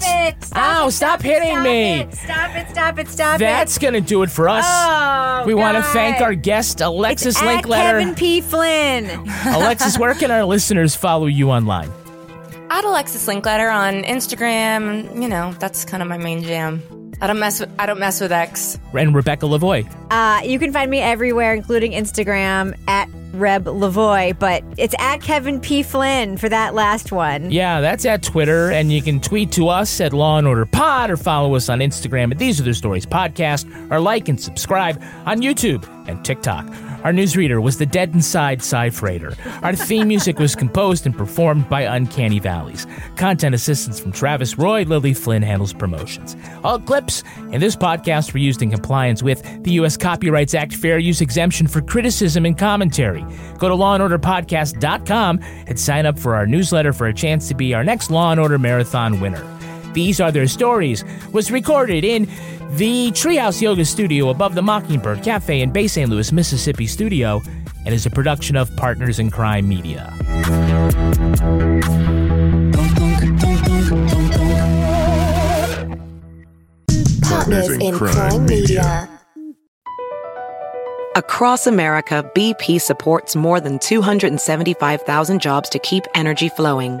[SPEAKER 4] Stop it! Stop
[SPEAKER 3] Ow,
[SPEAKER 4] it,
[SPEAKER 3] stop
[SPEAKER 4] it,
[SPEAKER 3] hitting
[SPEAKER 4] stop
[SPEAKER 3] me.
[SPEAKER 4] It, stop it! Stop it! Stop
[SPEAKER 3] That's
[SPEAKER 4] it!
[SPEAKER 3] gonna do it for us.
[SPEAKER 4] Oh,
[SPEAKER 3] we want to
[SPEAKER 4] God.
[SPEAKER 3] thank our guest Alexis
[SPEAKER 4] It's at
[SPEAKER 3] Linkletter.
[SPEAKER 4] Kevin P. Flynn.
[SPEAKER 3] Alexis, where can our listeners follow you online?
[SPEAKER 8] At Alexis Linkletter on Instagram, you know, that's kind of my main jam. I don't mess with I don't mess with X.
[SPEAKER 3] And Rebecca Lavoy.
[SPEAKER 4] Uh, you can find me everywhere, including Instagram at Reb Lavoy. But it's at Kevin P. Flynn for that last one.
[SPEAKER 3] Yeah, that's at Twitter, and you can tweet to us at Law and Order Pod, or follow us on Instagram at These Are Their Stories Podcast, or like and subscribe on YouTube and TikTok. Our newsreader was the Dead Inside Cy Freighter. Our theme music was composed and performed by Uncanny Valleys. Content assistance from Travis Roy, Lily Flynn handles promotions. All clips in this podcast were used in compliance with the U.S. Copyrights Act fair use exemption for criticism and commentary. Go to lawandorderpodcast.com and sign up for our newsletter for a chance to be our next Law and Order Marathon winner. These Are Their Stories was recorded in the Treehouse Yoga Studio above the Mockingbird Cafe in Bay St. Louis, Mississippi studio and is a production of Partners in Crime Media.
[SPEAKER 1] Partners in Crime Media.
[SPEAKER 21] Across America, BP supports more than 275,000 jobs to keep energy flowing.